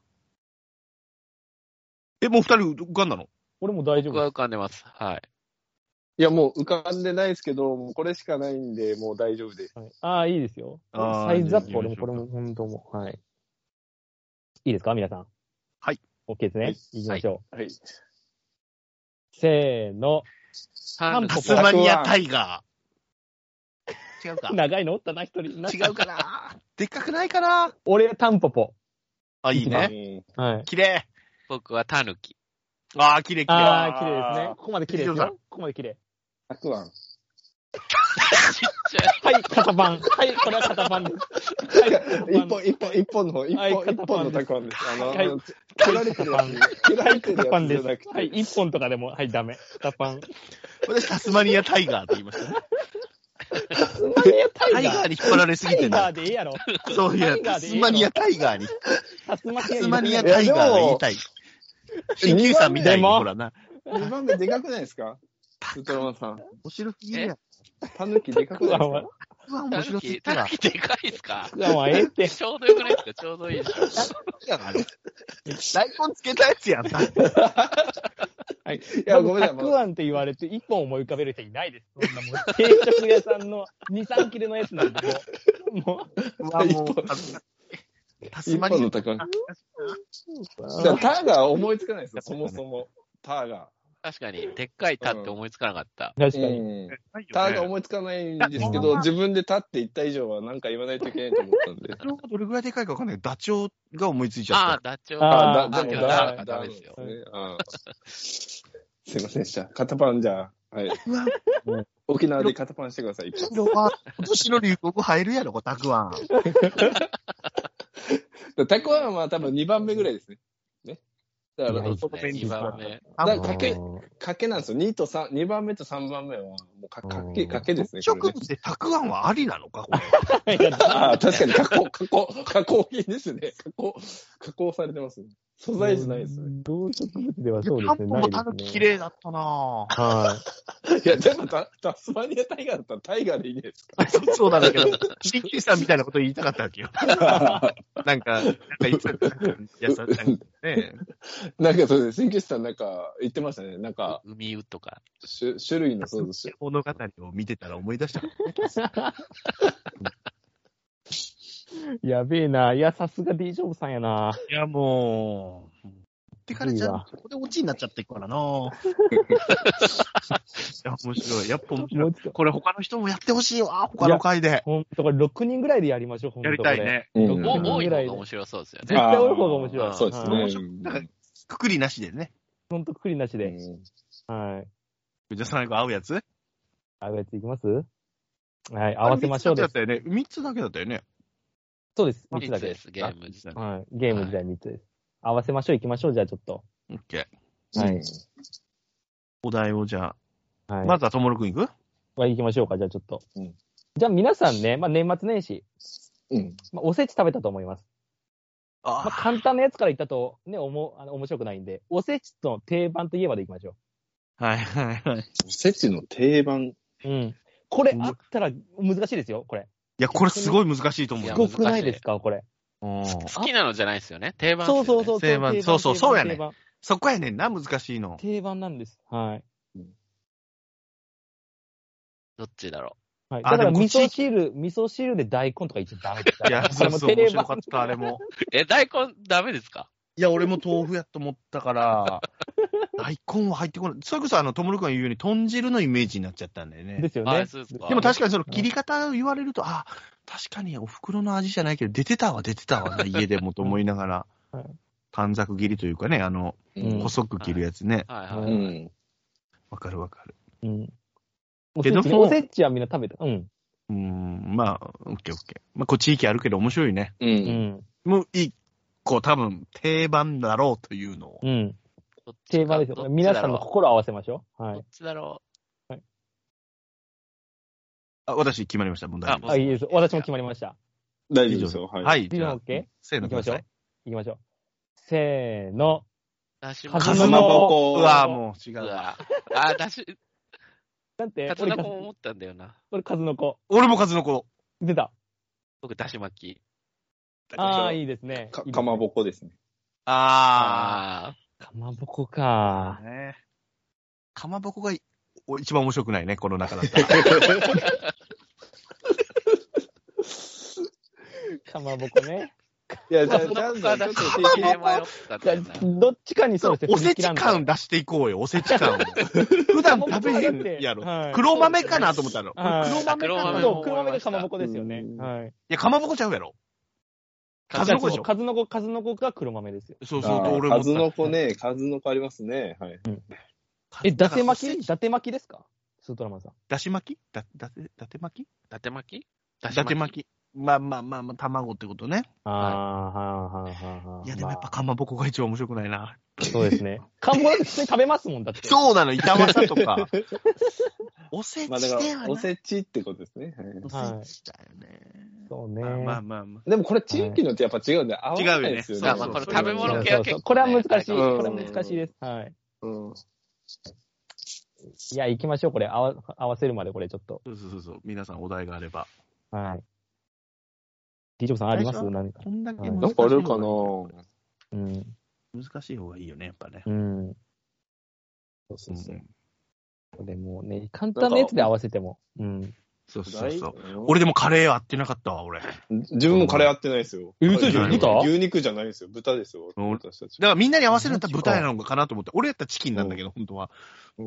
Speaker 1: え、もう二人浮かんだの
Speaker 2: 俺も大丈夫
Speaker 4: 僕は
Speaker 2: で
Speaker 4: 浮かんでます。はい。
Speaker 3: いや、もう浮かんでないですけど、もうこれしかないんで、もう大丈夫です。
Speaker 2: す。はいああ、いいですよ。
Speaker 1: あー
Speaker 2: サイズアッ
Speaker 1: いい
Speaker 2: プ、
Speaker 1: よ
Speaker 2: 俺もこれも、本当もう。はい。いいですか、皆さん。
Speaker 1: はい。
Speaker 2: OK です
Speaker 3: は
Speaker 2: ね
Speaker 3: い。
Speaker 2: いきましょう。
Speaker 3: はい。
Speaker 2: せーの。
Speaker 4: タン
Speaker 2: タ
Speaker 1: タ
Speaker 4: ポ
Speaker 2: ン
Speaker 1: ス
Speaker 2: ポ
Speaker 1: マニアタイガー。違うか。
Speaker 2: 長いのおったな、一人。な
Speaker 1: 違うかな。でっかくないかな。
Speaker 2: 俺、タンポポ。
Speaker 1: あ、いいね。
Speaker 3: ね。
Speaker 2: はい。
Speaker 1: 綺麗。
Speaker 4: 僕はタヌキ。
Speaker 1: ああ、綺麗綺麗。
Speaker 2: あー、綺麗ですね。ここまで綺麗です
Speaker 1: 以上だ
Speaker 2: よ。ここまで綺麗。
Speaker 3: 100番。
Speaker 2: はい、型番。はい、これは型番です。はい、
Speaker 3: 一
Speaker 2: 型番
Speaker 3: 本、一本、一本の、一
Speaker 2: はい
Speaker 3: 本、一本の
Speaker 2: 片
Speaker 3: たくあんです。あの、
Speaker 2: はい
Speaker 3: 蹴られてるやつ。蹴られてる
Speaker 2: 型
Speaker 3: や
Speaker 2: 番
Speaker 3: つじ
Speaker 2: で
Speaker 3: ゃ
Speaker 2: す。
Speaker 3: なくて。
Speaker 2: はい、一本とかでも、はい、ダメ。型番。
Speaker 1: 私、タスマニアタイガーって言いましたね。
Speaker 2: スマニアタ
Speaker 1: タイガーに引っ張られす
Speaker 2: タ
Speaker 1: ぎて
Speaker 2: イガー
Speaker 1: ね。
Speaker 2: でいいやろ。
Speaker 1: そうい
Speaker 2: タ
Speaker 1: や、
Speaker 2: イ
Speaker 1: タ
Speaker 2: ガーでいい
Speaker 1: ス
Speaker 2: の
Speaker 1: マニアタイガーに。
Speaker 2: タスマ
Speaker 1: タ
Speaker 2: キア
Speaker 1: スマニア
Speaker 2: いい
Speaker 1: タイガーで言いたい。新旧さんみたいに、
Speaker 2: でも
Speaker 1: ほらな。
Speaker 3: 2番目でかくないですかウルトラマンさん。
Speaker 1: 面白すぎるやん。
Speaker 3: タヌキでかくないですか
Speaker 1: うわ、
Speaker 4: タ
Speaker 1: 面白
Speaker 4: ヌ
Speaker 1: すぎ
Speaker 4: キ、
Speaker 1: た
Speaker 4: タ
Speaker 1: ら
Speaker 4: ヌ。キでかいっすか
Speaker 2: じゃあもうええって。
Speaker 4: ちょうどよくないですかちょうどいいでしょ。
Speaker 1: 大根つけたやつやん。タ
Speaker 2: はい。い
Speaker 3: やごめんなさい
Speaker 2: たくあんって言われて、一本思い浮かべる人いないです。そんなもう、定食屋さんの2、3切れのやつなんで、もう。もう
Speaker 1: もうタス
Speaker 3: 一
Speaker 1: マ
Speaker 3: 本
Speaker 1: ニ
Speaker 3: の
Speaker 1: ア。
Speaker 3: たくあん。
Speaker 2: あ
Speaker 3: じゃあターガー思いつかないですよ、そもそも。ターガ
Speaker 4: 確かに、でっかいタって思いつかなかった。
Speaker 2: 確か
Speaker 3: ー。
Speaker 2: に。
Speaker 3: うん
Speaker 1: ないよね
Speaker 3: ターガー思いつかないんですけ
Speaker 1: う
Speaker 3: ど、
Speaker 1: ん
Speaker 3: 自分で立って行った以上は何か言わないといけないと思ったんで。
Speaker 1: ダチョウがどれぐらいでかいかわかんないけど、ダチョウが思いついちゃっ
Speaker 4: ああ、ダチョウ。
Speaker 2: あー
Speaker 4: あダチョウ
Speaker 2: だ
Speaker 4: ダ
Speaker 2: だ
Speaker 4: メダメですよ。
Speaker 3: だねあー すいませんでした。肩パンじゃあ、はい。
Speaker 1: た。うわ、
Speaker 3: 沖縄で肩パンしてください、一発
Speaker 1: 色は、今年の流行語入るやろ、こたくあん。
Speaker 3: だからタコはまあ多分2番目ぐらいですね。ね。だか
Speaker 2: いやい
Speaker 3: ら
Speaker 2: い、
Speaker 4: そうですね二番目。
Speaker 3: だからかけ
Speaker 2: うん
Speaker 3: 賭けなんですよ。2と三二番目と3番目は、もうか、かけ、かけですね。これ
Speaker 1: 植
Speaker 3: ね
Speaker 1: 物でたくあんはありなのか、これ。
Speaker 3: ああ、確かに加工、加工、加工品ですね。加工、加工されてますね。素材じゃないですね。。
Speaker 2: 動植物ではそうで
Speaker 1: 半
Speaker 2: すね。
Speaker 1: 本
Speaker 2: な
Speaker 1: も
Speaker 2: いで
Speaker 1: たぬ
Speaker 2: す
Speaker 1: き
Speaker 2: ね
Speaker 1: 綺麗だったなぁ。
Speaker 2: はい。
Speaker 3: いや、でもタ、タスマニアタイガーだったらタイガーでいいんじゃないですか。
Speaker 1: そうそうなんだけど、新旧さんみたいなこと言いたかったわけよ。なんか、なんか言ってたなんかいやさなんかね
Speaker 3: なんかそうです。新規さんなんか言ってましたね。なんか、
Speaker 4: 海ウとか。
Speaker 3: 種種類のそうです。
Speaker 1: 物語を見てたら思い出した。
Speaker 2: やべえな。いや、さすが D ジョブさんやな。
Speaker 1: いや、もう、ってからじゃん、ここでオチになっちゃってるからな ぁ。いや、面白い。やっぱ面白
Speaker 2: も
Speaker 1: い。
Speaker 2: うちょっと。
Speaker 1: これ他の人もやってほしいわ、他の回で。
Speaker 2: ほんと、これ6人ぐらいでやりましょう、ほんと。
Speaker 1: やりたい。ね。
Speaker 3: う
Speaker 4: お
Speaker 2: んうん
Speaker 4: 多い方が面白そうですよ
Speaker 2: 絶
Speaker 4: ね。
Speaker 2: 対多い方が面白
Speaker 4: あ
Speaker 2: い。
Speaker 4: ー
Speaker 3: そうですね
Speaker 2: はい。
Speaker 1: なんか、くくりなしでね。
Speaker 2: ほんと、くくりなし
Speaker 3: う
Speaker 2: で。
Speaker 3: ん
Speaker 2: はい。
Speaker 1: じゃあ最後合うやつ
Speaker 2: あ、やついきますはい、合わせましょう
Speaker 1: あれ
Speaker 2: で
Speaker 1: 三つだっ。たよね。3つだ
Speaker 2: す
Speaker 1: けだったよね。
Speaker 2: そうです。
Speaker 4: 三
Speaker 2: 3つだ
Speaker 4: つ
Speaker 2: け
Speaker 4: で
Speaker 2: です。
Speaker 4: す、ゲーム自体。
Speaker 2: はい。ゲーム時代3つです。合わせましょう、行きましょう、じゃあちょっと。
Speaker 1: オッケー。
Speaker 2: はい。
Speaker 1: お題をじゃ
Speaker 2: は
Speaker 1: あ、
Speaker 2: い。
Speaker 1: まずはともるくんいく
Speaker 2: は行きましょうか、じゃあちょっと。
Speaker 3: うん
Speaker 2: じゃあ皆さんね、まあ年末年始、
Speaker 3: うん。
Speaker 2: まあ、おせち食べたと思います。まあ、
Speaker 1: あ
Speaker 2: 簡単なやつから言ったと、ね、おも、あの、面白くないんで、おせちの定番といえばでいきましょ
Speaker 1: あ。はいはいはい。い
Speaker 3: おせちの定番。
Speaker 2: う。うん。これ
Speaker 1: うん
Speaker 2: あったら難しいですよ、これ。
Speaker 1: や、これすごい難しいと思う
Speaker 4: い
Speaker 2: す
Speaker 4: や
Speaker 1: よ。
Speaker 2: ごくないですか、これ。
Speaker 1: うん
Speaker 4: 好きなのじゃないですよね。定番です
Speaker 2: そ
Speaker 4: よ
Speaker 2: うそ
Speaker 4: ね。
Speaker 2: うそう。
Speaker 1: 定番そうそう
Speaker 2: 定
Speaker 1: そうやね
Speaker 2: 定番、
Speaker 1: そこやねんな、難しいの。
Speaker 2: 定番なんです。はい。
Speaker 4: どっちだろ
Speaker 2: はい、
Speaker 1: あ
Speaker 2: だか
Speaker 1: で
Speaker 2: ら
Speaker 1: もこっ
Speaker 2: 味
Speaker 1: ち
Speaker 2: 噌汁、味噌汁で大根とか言っちゃダメです。
Speaker 1: いや、そうそう、
Speaker 2: これ
Speaker 1: 面
Speaker 2: も定
Speaker 1: 白
Speaker 2: 番
Speaker 1: かった、あれも。
Speaker 4: う。え、大根ダメですか
Speaker 1: いや、俺も豆腐やと思ったから、大根は入ってこない。それこそ、あの、ともるくんが言うように、豚汁のイメージになっちゃったんだよね
Speaker 2: で。すよ
Speaker 4: あ
Speaker 2: ね。
Speaker 4: そうですか。
Speaker 1: でも確かにその切り方を言われると、あ、確かにお袋の味じゃないけど、出てたわ、出てたわな、家でもと思いながら
Speaker 2: はい。
Speaker 1: 短冊切りというかね、あの、
Speaker 2: うん
Speaker 1: 細く切るやつね。
Speaker 4: はいは
Speaker 3: う
Speaker 4: い。
Speaker 3: ん。
Speaker 1: わかるわかる。
Speaker 2: うん。お
Speaker 1: け
Speaker 2: せ
Speaker 1: ど
Speaker 2: ちね
Speaker 1: も
Speaker 2: おせちはみんな食べた。うん。
Speaker 1: うーん、まあ、オッケーオッケー。まあ、こう地域あるけど面白いね。
Speaker 3: う。
Speaker 2: うんん。
Speaker 1: もう一個多分定番だろうというのを。
Speaker 2: うん。
Speaker 4: どっちだ
Speaker 2: 定番です
Speaker 4: ど
Speaker 2: よ。
Speaker 4: っちだろう
Speaker 2: 皆さんの心を合わせましょう。は
Speaker 4: ど
Speaker 2: い
Speaker 4: っ。ちだろ
Speaker 1: あ、私決まりました、問題。
Speaker 4: あもう
Speaker 2: あ、いいです。私も決まりました。
Speaker 3: 大丈夫ですよ。はい。
Speaker 1: はい。
Speaker 2: 次の OK?
Speaker 1: せーの
Speaker 2: 行
Speaker 1: く
Speaker 2: き
Speaker 1: ださ
Speaker 2: ましょう
Speaker 1: い。。
Speaker 2: 行きましょう。せーの。
Speaker 4: う。だし
Speaker 1: カ
Speaker 2: カ
Speaker 1: ズ
Speaker 2: ズ
Speaker 1: マ
Speaker 2: マ
Speaker 1: ボ
Speaker 2: ボ
Speaker 1: コ。
Speaker 2: コ
Speaker 1: うわ、もう違
Speaker 4: う
Speaker 1: う。
Speaker 4: わあ、だし、
Speaker 2: なんて
Speaker 4: た、つ
Speaker 2: 俺
Speaker 4: の
Speaker 2: か
Speaker 4: こ、思ったんだよな。
Speaker 2: 俺、数の子。
Speaker 1: 俺も数の子。
Speaker 2: 出た。
Speaker 4: 僕、だし巻き。
Speaker 2: ああ、いいですね。
Speaker 3: か
Speaker 2: いいですね
Speaker 3: かまぼこですね。
Speaker 1: あ
Speaker 4: あ
Speaker 2: かまぼこか
Speaker 1: ー。。ねかまぼこがいお一番面白くないね、この中だったら。
Speaker 2: かまぼこね。か
Speaker 3: いや、じ
Speaker 4: ま
Speaker 3: ゃ
Speaker 4: あ
Speaker 3: あ、
Speaker 4: そ
Speaker 3: ジャ
Speaker 4: の他
Speaker 3: ンさ
Speaker 4: だ
Speaker 3: ん、
Speaker 4: し
Speaker 3: ちょっと聞い
Speaker 4: 迷
Speaker 3: て
Speaker 4: っ
Speaker 3: もらおう
Speaker 4: た
Speaker 2: じゃ
Speaker 4: から
Speaker 2: あ
Speaker 4: な
Speaker 2: どっちかにそうですね。
Speaker 1: おせち
Speaker 2: 感
Speaker 1: 感出していこうよ、おせち感を。普段食べへんやろ。
Speaker 2: は い
Speaker 1: 黒豆かなと思ったの。
Speaker 2: はい
Speaker 1: 黒豆
Speaker 4: 黒
Speaker 1: かなと。
Speaker 4: 豆
Speaker 1: い
Speaker 2: そう、黒豆がかまぼこですよね
Speaker 3: う。ん
Speaker 2: はい。
Speaker 1: や、かまぼこちゃうやろ。数の子でしょ
Speaker 2: 数の子、数の子が黒豆ですよ。
Speaker 1: そうそう、
Speaker 3: あ
Speaker 1: 俺
Speaker 3: ー
Speaker 1: も。
Speaker 3: 数の子ね、数の子ありますね。はい。
Speaker 2: え、伊達巻き伊達巻きですかスートラマンさん。
Speaker 1: だし巻きだ、だて、だて巻き
Speaker 4: 伊達巻き
Speaker 1: だて巻き。まあまあまあまあ、卵ってことね。
Speaker 2: あー、はい、はい、はい、はい。
Speaker 1: いや、でもやっぱかまぼこが一番面白くないな。
Speaker 2: そうで すね。カンボジア普通に食べますもん、だって。
Speaker 1: そうなの、板わさとか。 おせち
Speaker 3: まあ、だ
Speaker 1: で
Speaker 3: か
Speaker 1: はな
Speaker 3: ら、
Speaker 1: い。
Speaker 3: お
Speaker 1: おせ
Speaker 3: せちってことですね。はい
Speaker 1: ちだよね。
Speaker 2: そうね。
Speaker 1: まあまあまあまあ。
Speaker 3: でもこれ地域によってやっぱ違うんで、合わないですよ
Speaker 1: 違う
Speaker 3: ね。
Speaker 1: よね
Speaker 4: まあ、これ
Speaker 1: そう
Speaker 4: 食べ物系は結構ね、
Speaker 2: これは難しい。
Speaker 3: うん
Speaker 2: これは難しいです。はい。
Speaker 3: うん。
Speaker 2: いや、行きましょう、これ。合わ合わせるまで、これ、ちょっと。
Speaker 1: そうそうそうそう。皆さんお題があれば。
Speaker 2: はい。D ジョブさんあります
Speaker 1: 最初
Speaker 2: 何か。
Speaker 1: こんだけ
Speaker 2: はい
Speaker 3: なんかあるかな
Speaker 2: うん。
Speaker 1: 難しい方がいいよね、やっぱね。
Speaker 2: うん。
Speaker 3: そうそうそう。
Speaker 2: これもうね、簡単なやつで合わせても。うん。
Speaker 1: そうそうそう。
Speaker 3: 俺、
Speaker 1: 俺でもカレー合ってなかったわ、俺。だか
Speaker 3: 自分もカレー合ってないですよ。
Speaker 2: え嘘
Speaker 1: でしょ
Speaker 2: 豚
Speaker 3: 牛肉じゃないですよ。豚ですよ。
Speaker 1: うん
Speaker 3: 私たち。
Speaker 1: らみんなに合わせるんだったら豚なのかなと思って。俺やったらチキンなんだけど、本当は。
Speaker 3: うん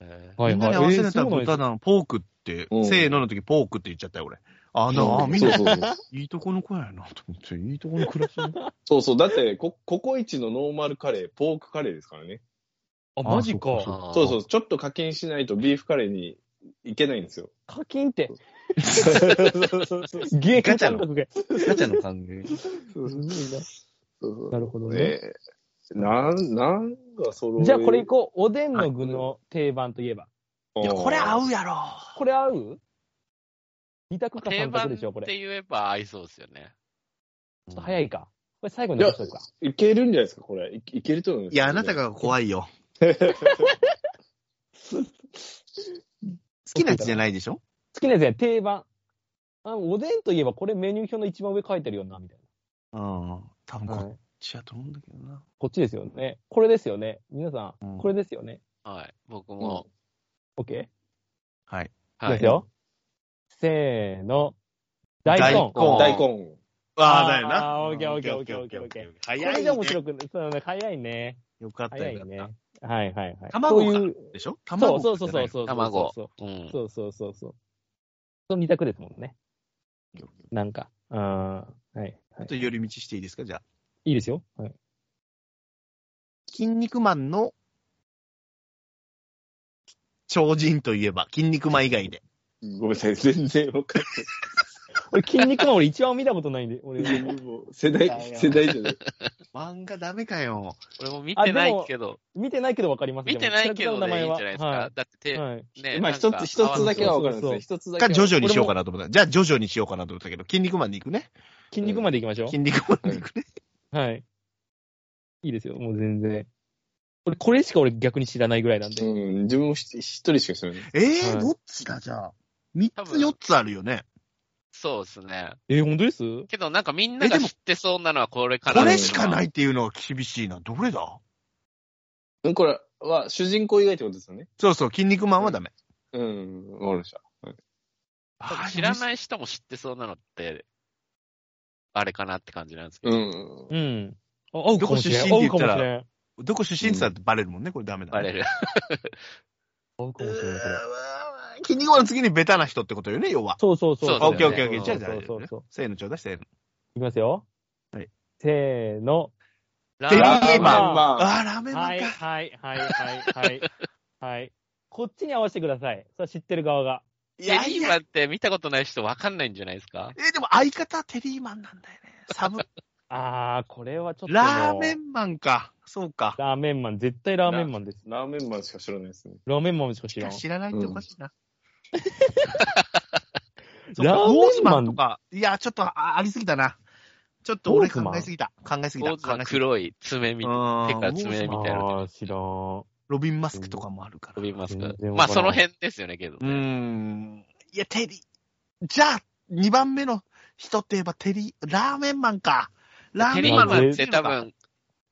Speaker 4: えー
Speaker 2: は
Speaker 1: みんなに合わせるんだったら
Speaker 2: えーそうなんです
Speaker 1: 豚なの。ポークって、
Speaker 3: うん
Speaker 1: せーのの時ポークって言っちゃったよ、俺。あなあ、みん
Speaker 3: そう
Speaker 1: な、
Speaker 3: そうそう。
Speaker 1: いいとこの子やなと思って。いいとこの暮らしなんだ。
Speaker 3: そうそう。だって、こ、ココイチのノーマルカレー、ポークカレーですからね。
Speaker 2: あ、マジか。
Speaker 4: あー
Speaker 3: そうそう。ちょっと課金しないとビーフカレーにいけないんですよ。
Speaker 2: 課金って、
Speaker 3: そうそうそう。
Speaker 2: ゲーム
Speaker 1: ガチャ
Speaker 2: 感
Speaker 1: の
Speaker 2: 覚が。
Speaker 1: ガチャの感じ。
Speaker 3: そうそうそう
Speaker 2: なるほどね。
Speaker 3: えー、なん、なんが揃う
Speaker 2: じゃあこれいこう。おでんの具の定番といえば。
Speaker 1: いや、これ合
Speaker 3: う
Speaker 1: うやろ。
Speaker 2: これ合う二択か
Speaker 4: 定
Speaker 2: 三
Speaker 4: 番
Speaker 2: 択
Speaker 4: っ
Speaker 2: でしょ、こ
Speaker 4: て
Speaker 2: れ。ちょ
Speaker 4: 言えば合いそうですよね。
Speaker 2: っと早いか。これ最後に
Speaker 3: いや
Speaker 2: 残しとくか。
Speaker 3: いけるんじゃないですか、これ。いいけると思います。
Speaker 1: いや、あなたが怖い よ。好きなやつじゃないでしょ
Speaker 2: 好きなやつや、定番。あおでんといえばこれメニュー表の一番上書いてるよな、みたい
Speaker 1: うん。多分
Speaker 2: な。
Speaker 1: こ
Speaker 2: はい
Speaker 1: っちやと思うんだけどな。
Speaker 2: こっちですよね。これですよね。皆さ、
Speaker 1: うんん
Speaker 2: これですよね。
Speaker 4: はい。僕
Speaker 3: うん。
Speaker 4: も。
Speaker 2: OK?
Speaker 1: はい。
Speaker 2: い
Speaker 4: は
Speaker 2: きま
Speaker 4: い
Speaker 2: す。よ。せーの。大
Speaker 1: 大
Speaker 2: 根
Speaker 1: 根。
Speaker 2: こ
Speaker 3: 大根。
Speaker 1: あ
Speaker 2: あー
Speaker 1: あ、だよな。
Speaker 2: オッケーオッケーオッケーオッケーオッケー
Speaker 1: オッケー。早
Speaker 2: れ
Speaker 1: い
Speaker 2: じ
Speaker 1: ね
Speaker 2: ゃ。面白くない。そうね、早いね。
Speaker 1: よかった
Speaker 2: 早
Speaker 1: よ
Speaker 2: い
Speaker 1: かっ
Speaker 2: ね
Speaker 1: た。。
Speaker 2: はいはいはい。
Speaker 1: 卵か
Speaker 2: そういう
Speaker 1: でしょ
Speaker 2: そ
Speaker 1: 卵
Speaker 2: うそうそうそうそう。
Speaker 4: 卵
Speaker 2: そう
Speaker 4: うん。
Speaker 2: そうそうそうそう。その二択ですもんね。
Speaker 1: ちょ
Speaker 2: なんか。うん。はい、はい。
Speaker 1: っと寄り道していいですかじゃあ。
Speaker 2: いいですよ。はい。
Speaker 1: 筋肉マンの超人といえば、筋肉マン以外で。
Speaker 3: ごめんなさい、全然わかん
Speaker 2: 俺、筋肉マン俺一番見たことないんで、俺。
Speaker 3: ない。もう世代、世代じゃない。
Speaker 1: 漫画ダメかよ。
Speaker 4: 俺も見てな
Speaker 2: あで
Speaker 4: い
Speaker 2: も
Speaker 4: けど、
Speaker 2: 見てないけどわかります
Speaker 4: 見てないけ
Speaker 2: で
Speaker 4: ど
Speaker 2: もキャ
Speaker 4: でいいん
Speaker 2: ラ
Speaker 4: じゃない
Speaker 2: ク
Speaker 4: です
Speaker 2: タ
Speaker 4: か。
Speaker 2: ーの名前は。
Speaker 4: だって、
Speaker 2: はい。はい。
Speaker 4: ね。
Speaker 3: 今
Speaker 4: なん
Speaker 3: 一
Speaker 4: か
Speaker 3: つ、一つだけはわかる
Speaker 2: そうそう
Speaker 3: んです
Speaker 2: そう
Speaker 3: ね。一つだけは。
Speaker 1: か、ジョジョにしようかなと思った。じゃあ、ジョジョにしようかなと思ったけど、筋肉マンに行くね。
Speaker 2: 筋肉まで行きましょ
Speaker 1: 筋肉マンに行くね。
Speaker 2: う。はい。いいですよ、もう全然。俺、これしか俺逆に知らないぐらいなんで。
Speaker 3: うん、自分もひ一人しか知らない。
Speaker 1: ええ
Speaker 2: は
Speaker 1: ー、
Speaker 2: い
Speaker 1: どっちだじゃあ。三
Speaker 4: 多
Speaker 1: つ
Speaker 4: 分
Speaker 1: 四つあるよね。
Speaker 4: そうですね。
Speaker 2: えー、本当です
Speaker 4: けどなんかみんな
Speaker 1: え
Speaker 4: が
Speaker 1: で
Speaker 4: 知
Speaker 1: も
Speaker 4: ってそうなのはこれかな。。
Speaker 1: これしかないいっていうのは厳しいな。どれだ
Speaker 3: うん、これは主人公以外ってことですよね。
Speaker 1: そうそう、筋肉マンはダメ。。
Speaker 3: うん、わかりました。
Speaker 4: 知らないい人も知ってそうなのって、あれかなって感じなんですけ
Speaker 3: う
Speaker 4: ど。
Speaker 3: ん。
Speaker 2: うん。あ合うかもしれん。
Speaker 1: どこ出
Speaker 2: 合
Speaker 1: 身
Speaker 2: う
Speaker 1: って言
Speaker 2: か
Speaker 1: った
Speaker 2: も
Speaker 1: ら
Speaker 2: しれん。
Speaker 1: どこ出身って言ったらバレるもんね。これダメだ、ね。
Speaker 4: バレる。
Speaker 2: 合うかもしれん、これ。
Speaker 1: 筋肉マンの次にベタな人ってことよね、要は。
Speaker 2: そうそうそう。
Speaker 4: そう
Speaker 1: オ
Speaker 4: だ
Speaker 1: ッケーオッケー
Speaker 4: よ
Speaker 1: オッ
Speaker 4: ね
Speaker 1: ケー。じゃあ、じゃあ
Speaker 2: そうそうそう。、
Speaker 1: せーのちょうだい、せーの。
Speaker 2: いきますよ。
Speaker 1: はい。
Speaker 2: せーの。
Speaker 4: ラ
Speaker 1: テリ
Speaker 2: ラ
Speaker 1: ー
Speaker 2: ーメン
Speaker 1: マン。
Speaker 3: マン
Speaker 1: あー、ラーメンマン
Speaker 2: はい、
Speaker 1: か。
Speaker 2: はい、はい、はい、はい。はい。こっちに合わせてください。それは知ってる側が。
Speaker 1: い
Speaker 4: テ
Speaker 1: や
Speaker 4: リ
Speaker 1: い
Speaker 4: ー
Speaker 1: や
Speaker 4: マンって見たことない人わかんないんじゃないですか
Speaker 1: えー、でも相方はテリーマンなんだよね。サブ。
Speaker 2: あー、これはちょっともう。
Speaker 1: ラーメンマンか。そうか。
Speaker 2: ラーメンマン、絶対ラーメンマンです。
Speaker 3: ラーメンマンしか知らないですね。
Speaker 2: ラーメンマンしか知らん。
Speaker 1: 知らないっておかしいな。そう
Speaker 2: ラ
Speaker 1: か
Speaker 2: ーメンマン
Speaker 1: ウォーズマンとか、いや、ちょっとあありすぎたな。ちょっと俺考えすぎた。考えすぎた。
Speaker 4: 坊主
Speaker 1: 考
Speaker 4: の
Speaker 1: えすぎた。
Speaker 4: 黒い爪みたいな。
Speaker 1: うん
Speaker 4: 手から爪みたいな
Speaker 2: あー、知らん。
Speaker 1: ロビン・マスクとかもあるから。
Speaker 4: 飛びますか
Speaker 2: 全然わ
Speaker 4: ま
Speaker 2: からん
Speaker 4: あその辺ですよね、けど
Speaker 1: う。ーん。いや、テリー。じゃあ、2番目の人って言えばテリー、ラーメンマンか。ラー
Speaker 4: テ
Speaker 1: メ
Speaker 4: リ
Speaker 1: ンマ
Speaker 4: ーマ
Speaker 1: ン
Speaker 4: ン
Speaker 1: は
Speaker 4: って多分、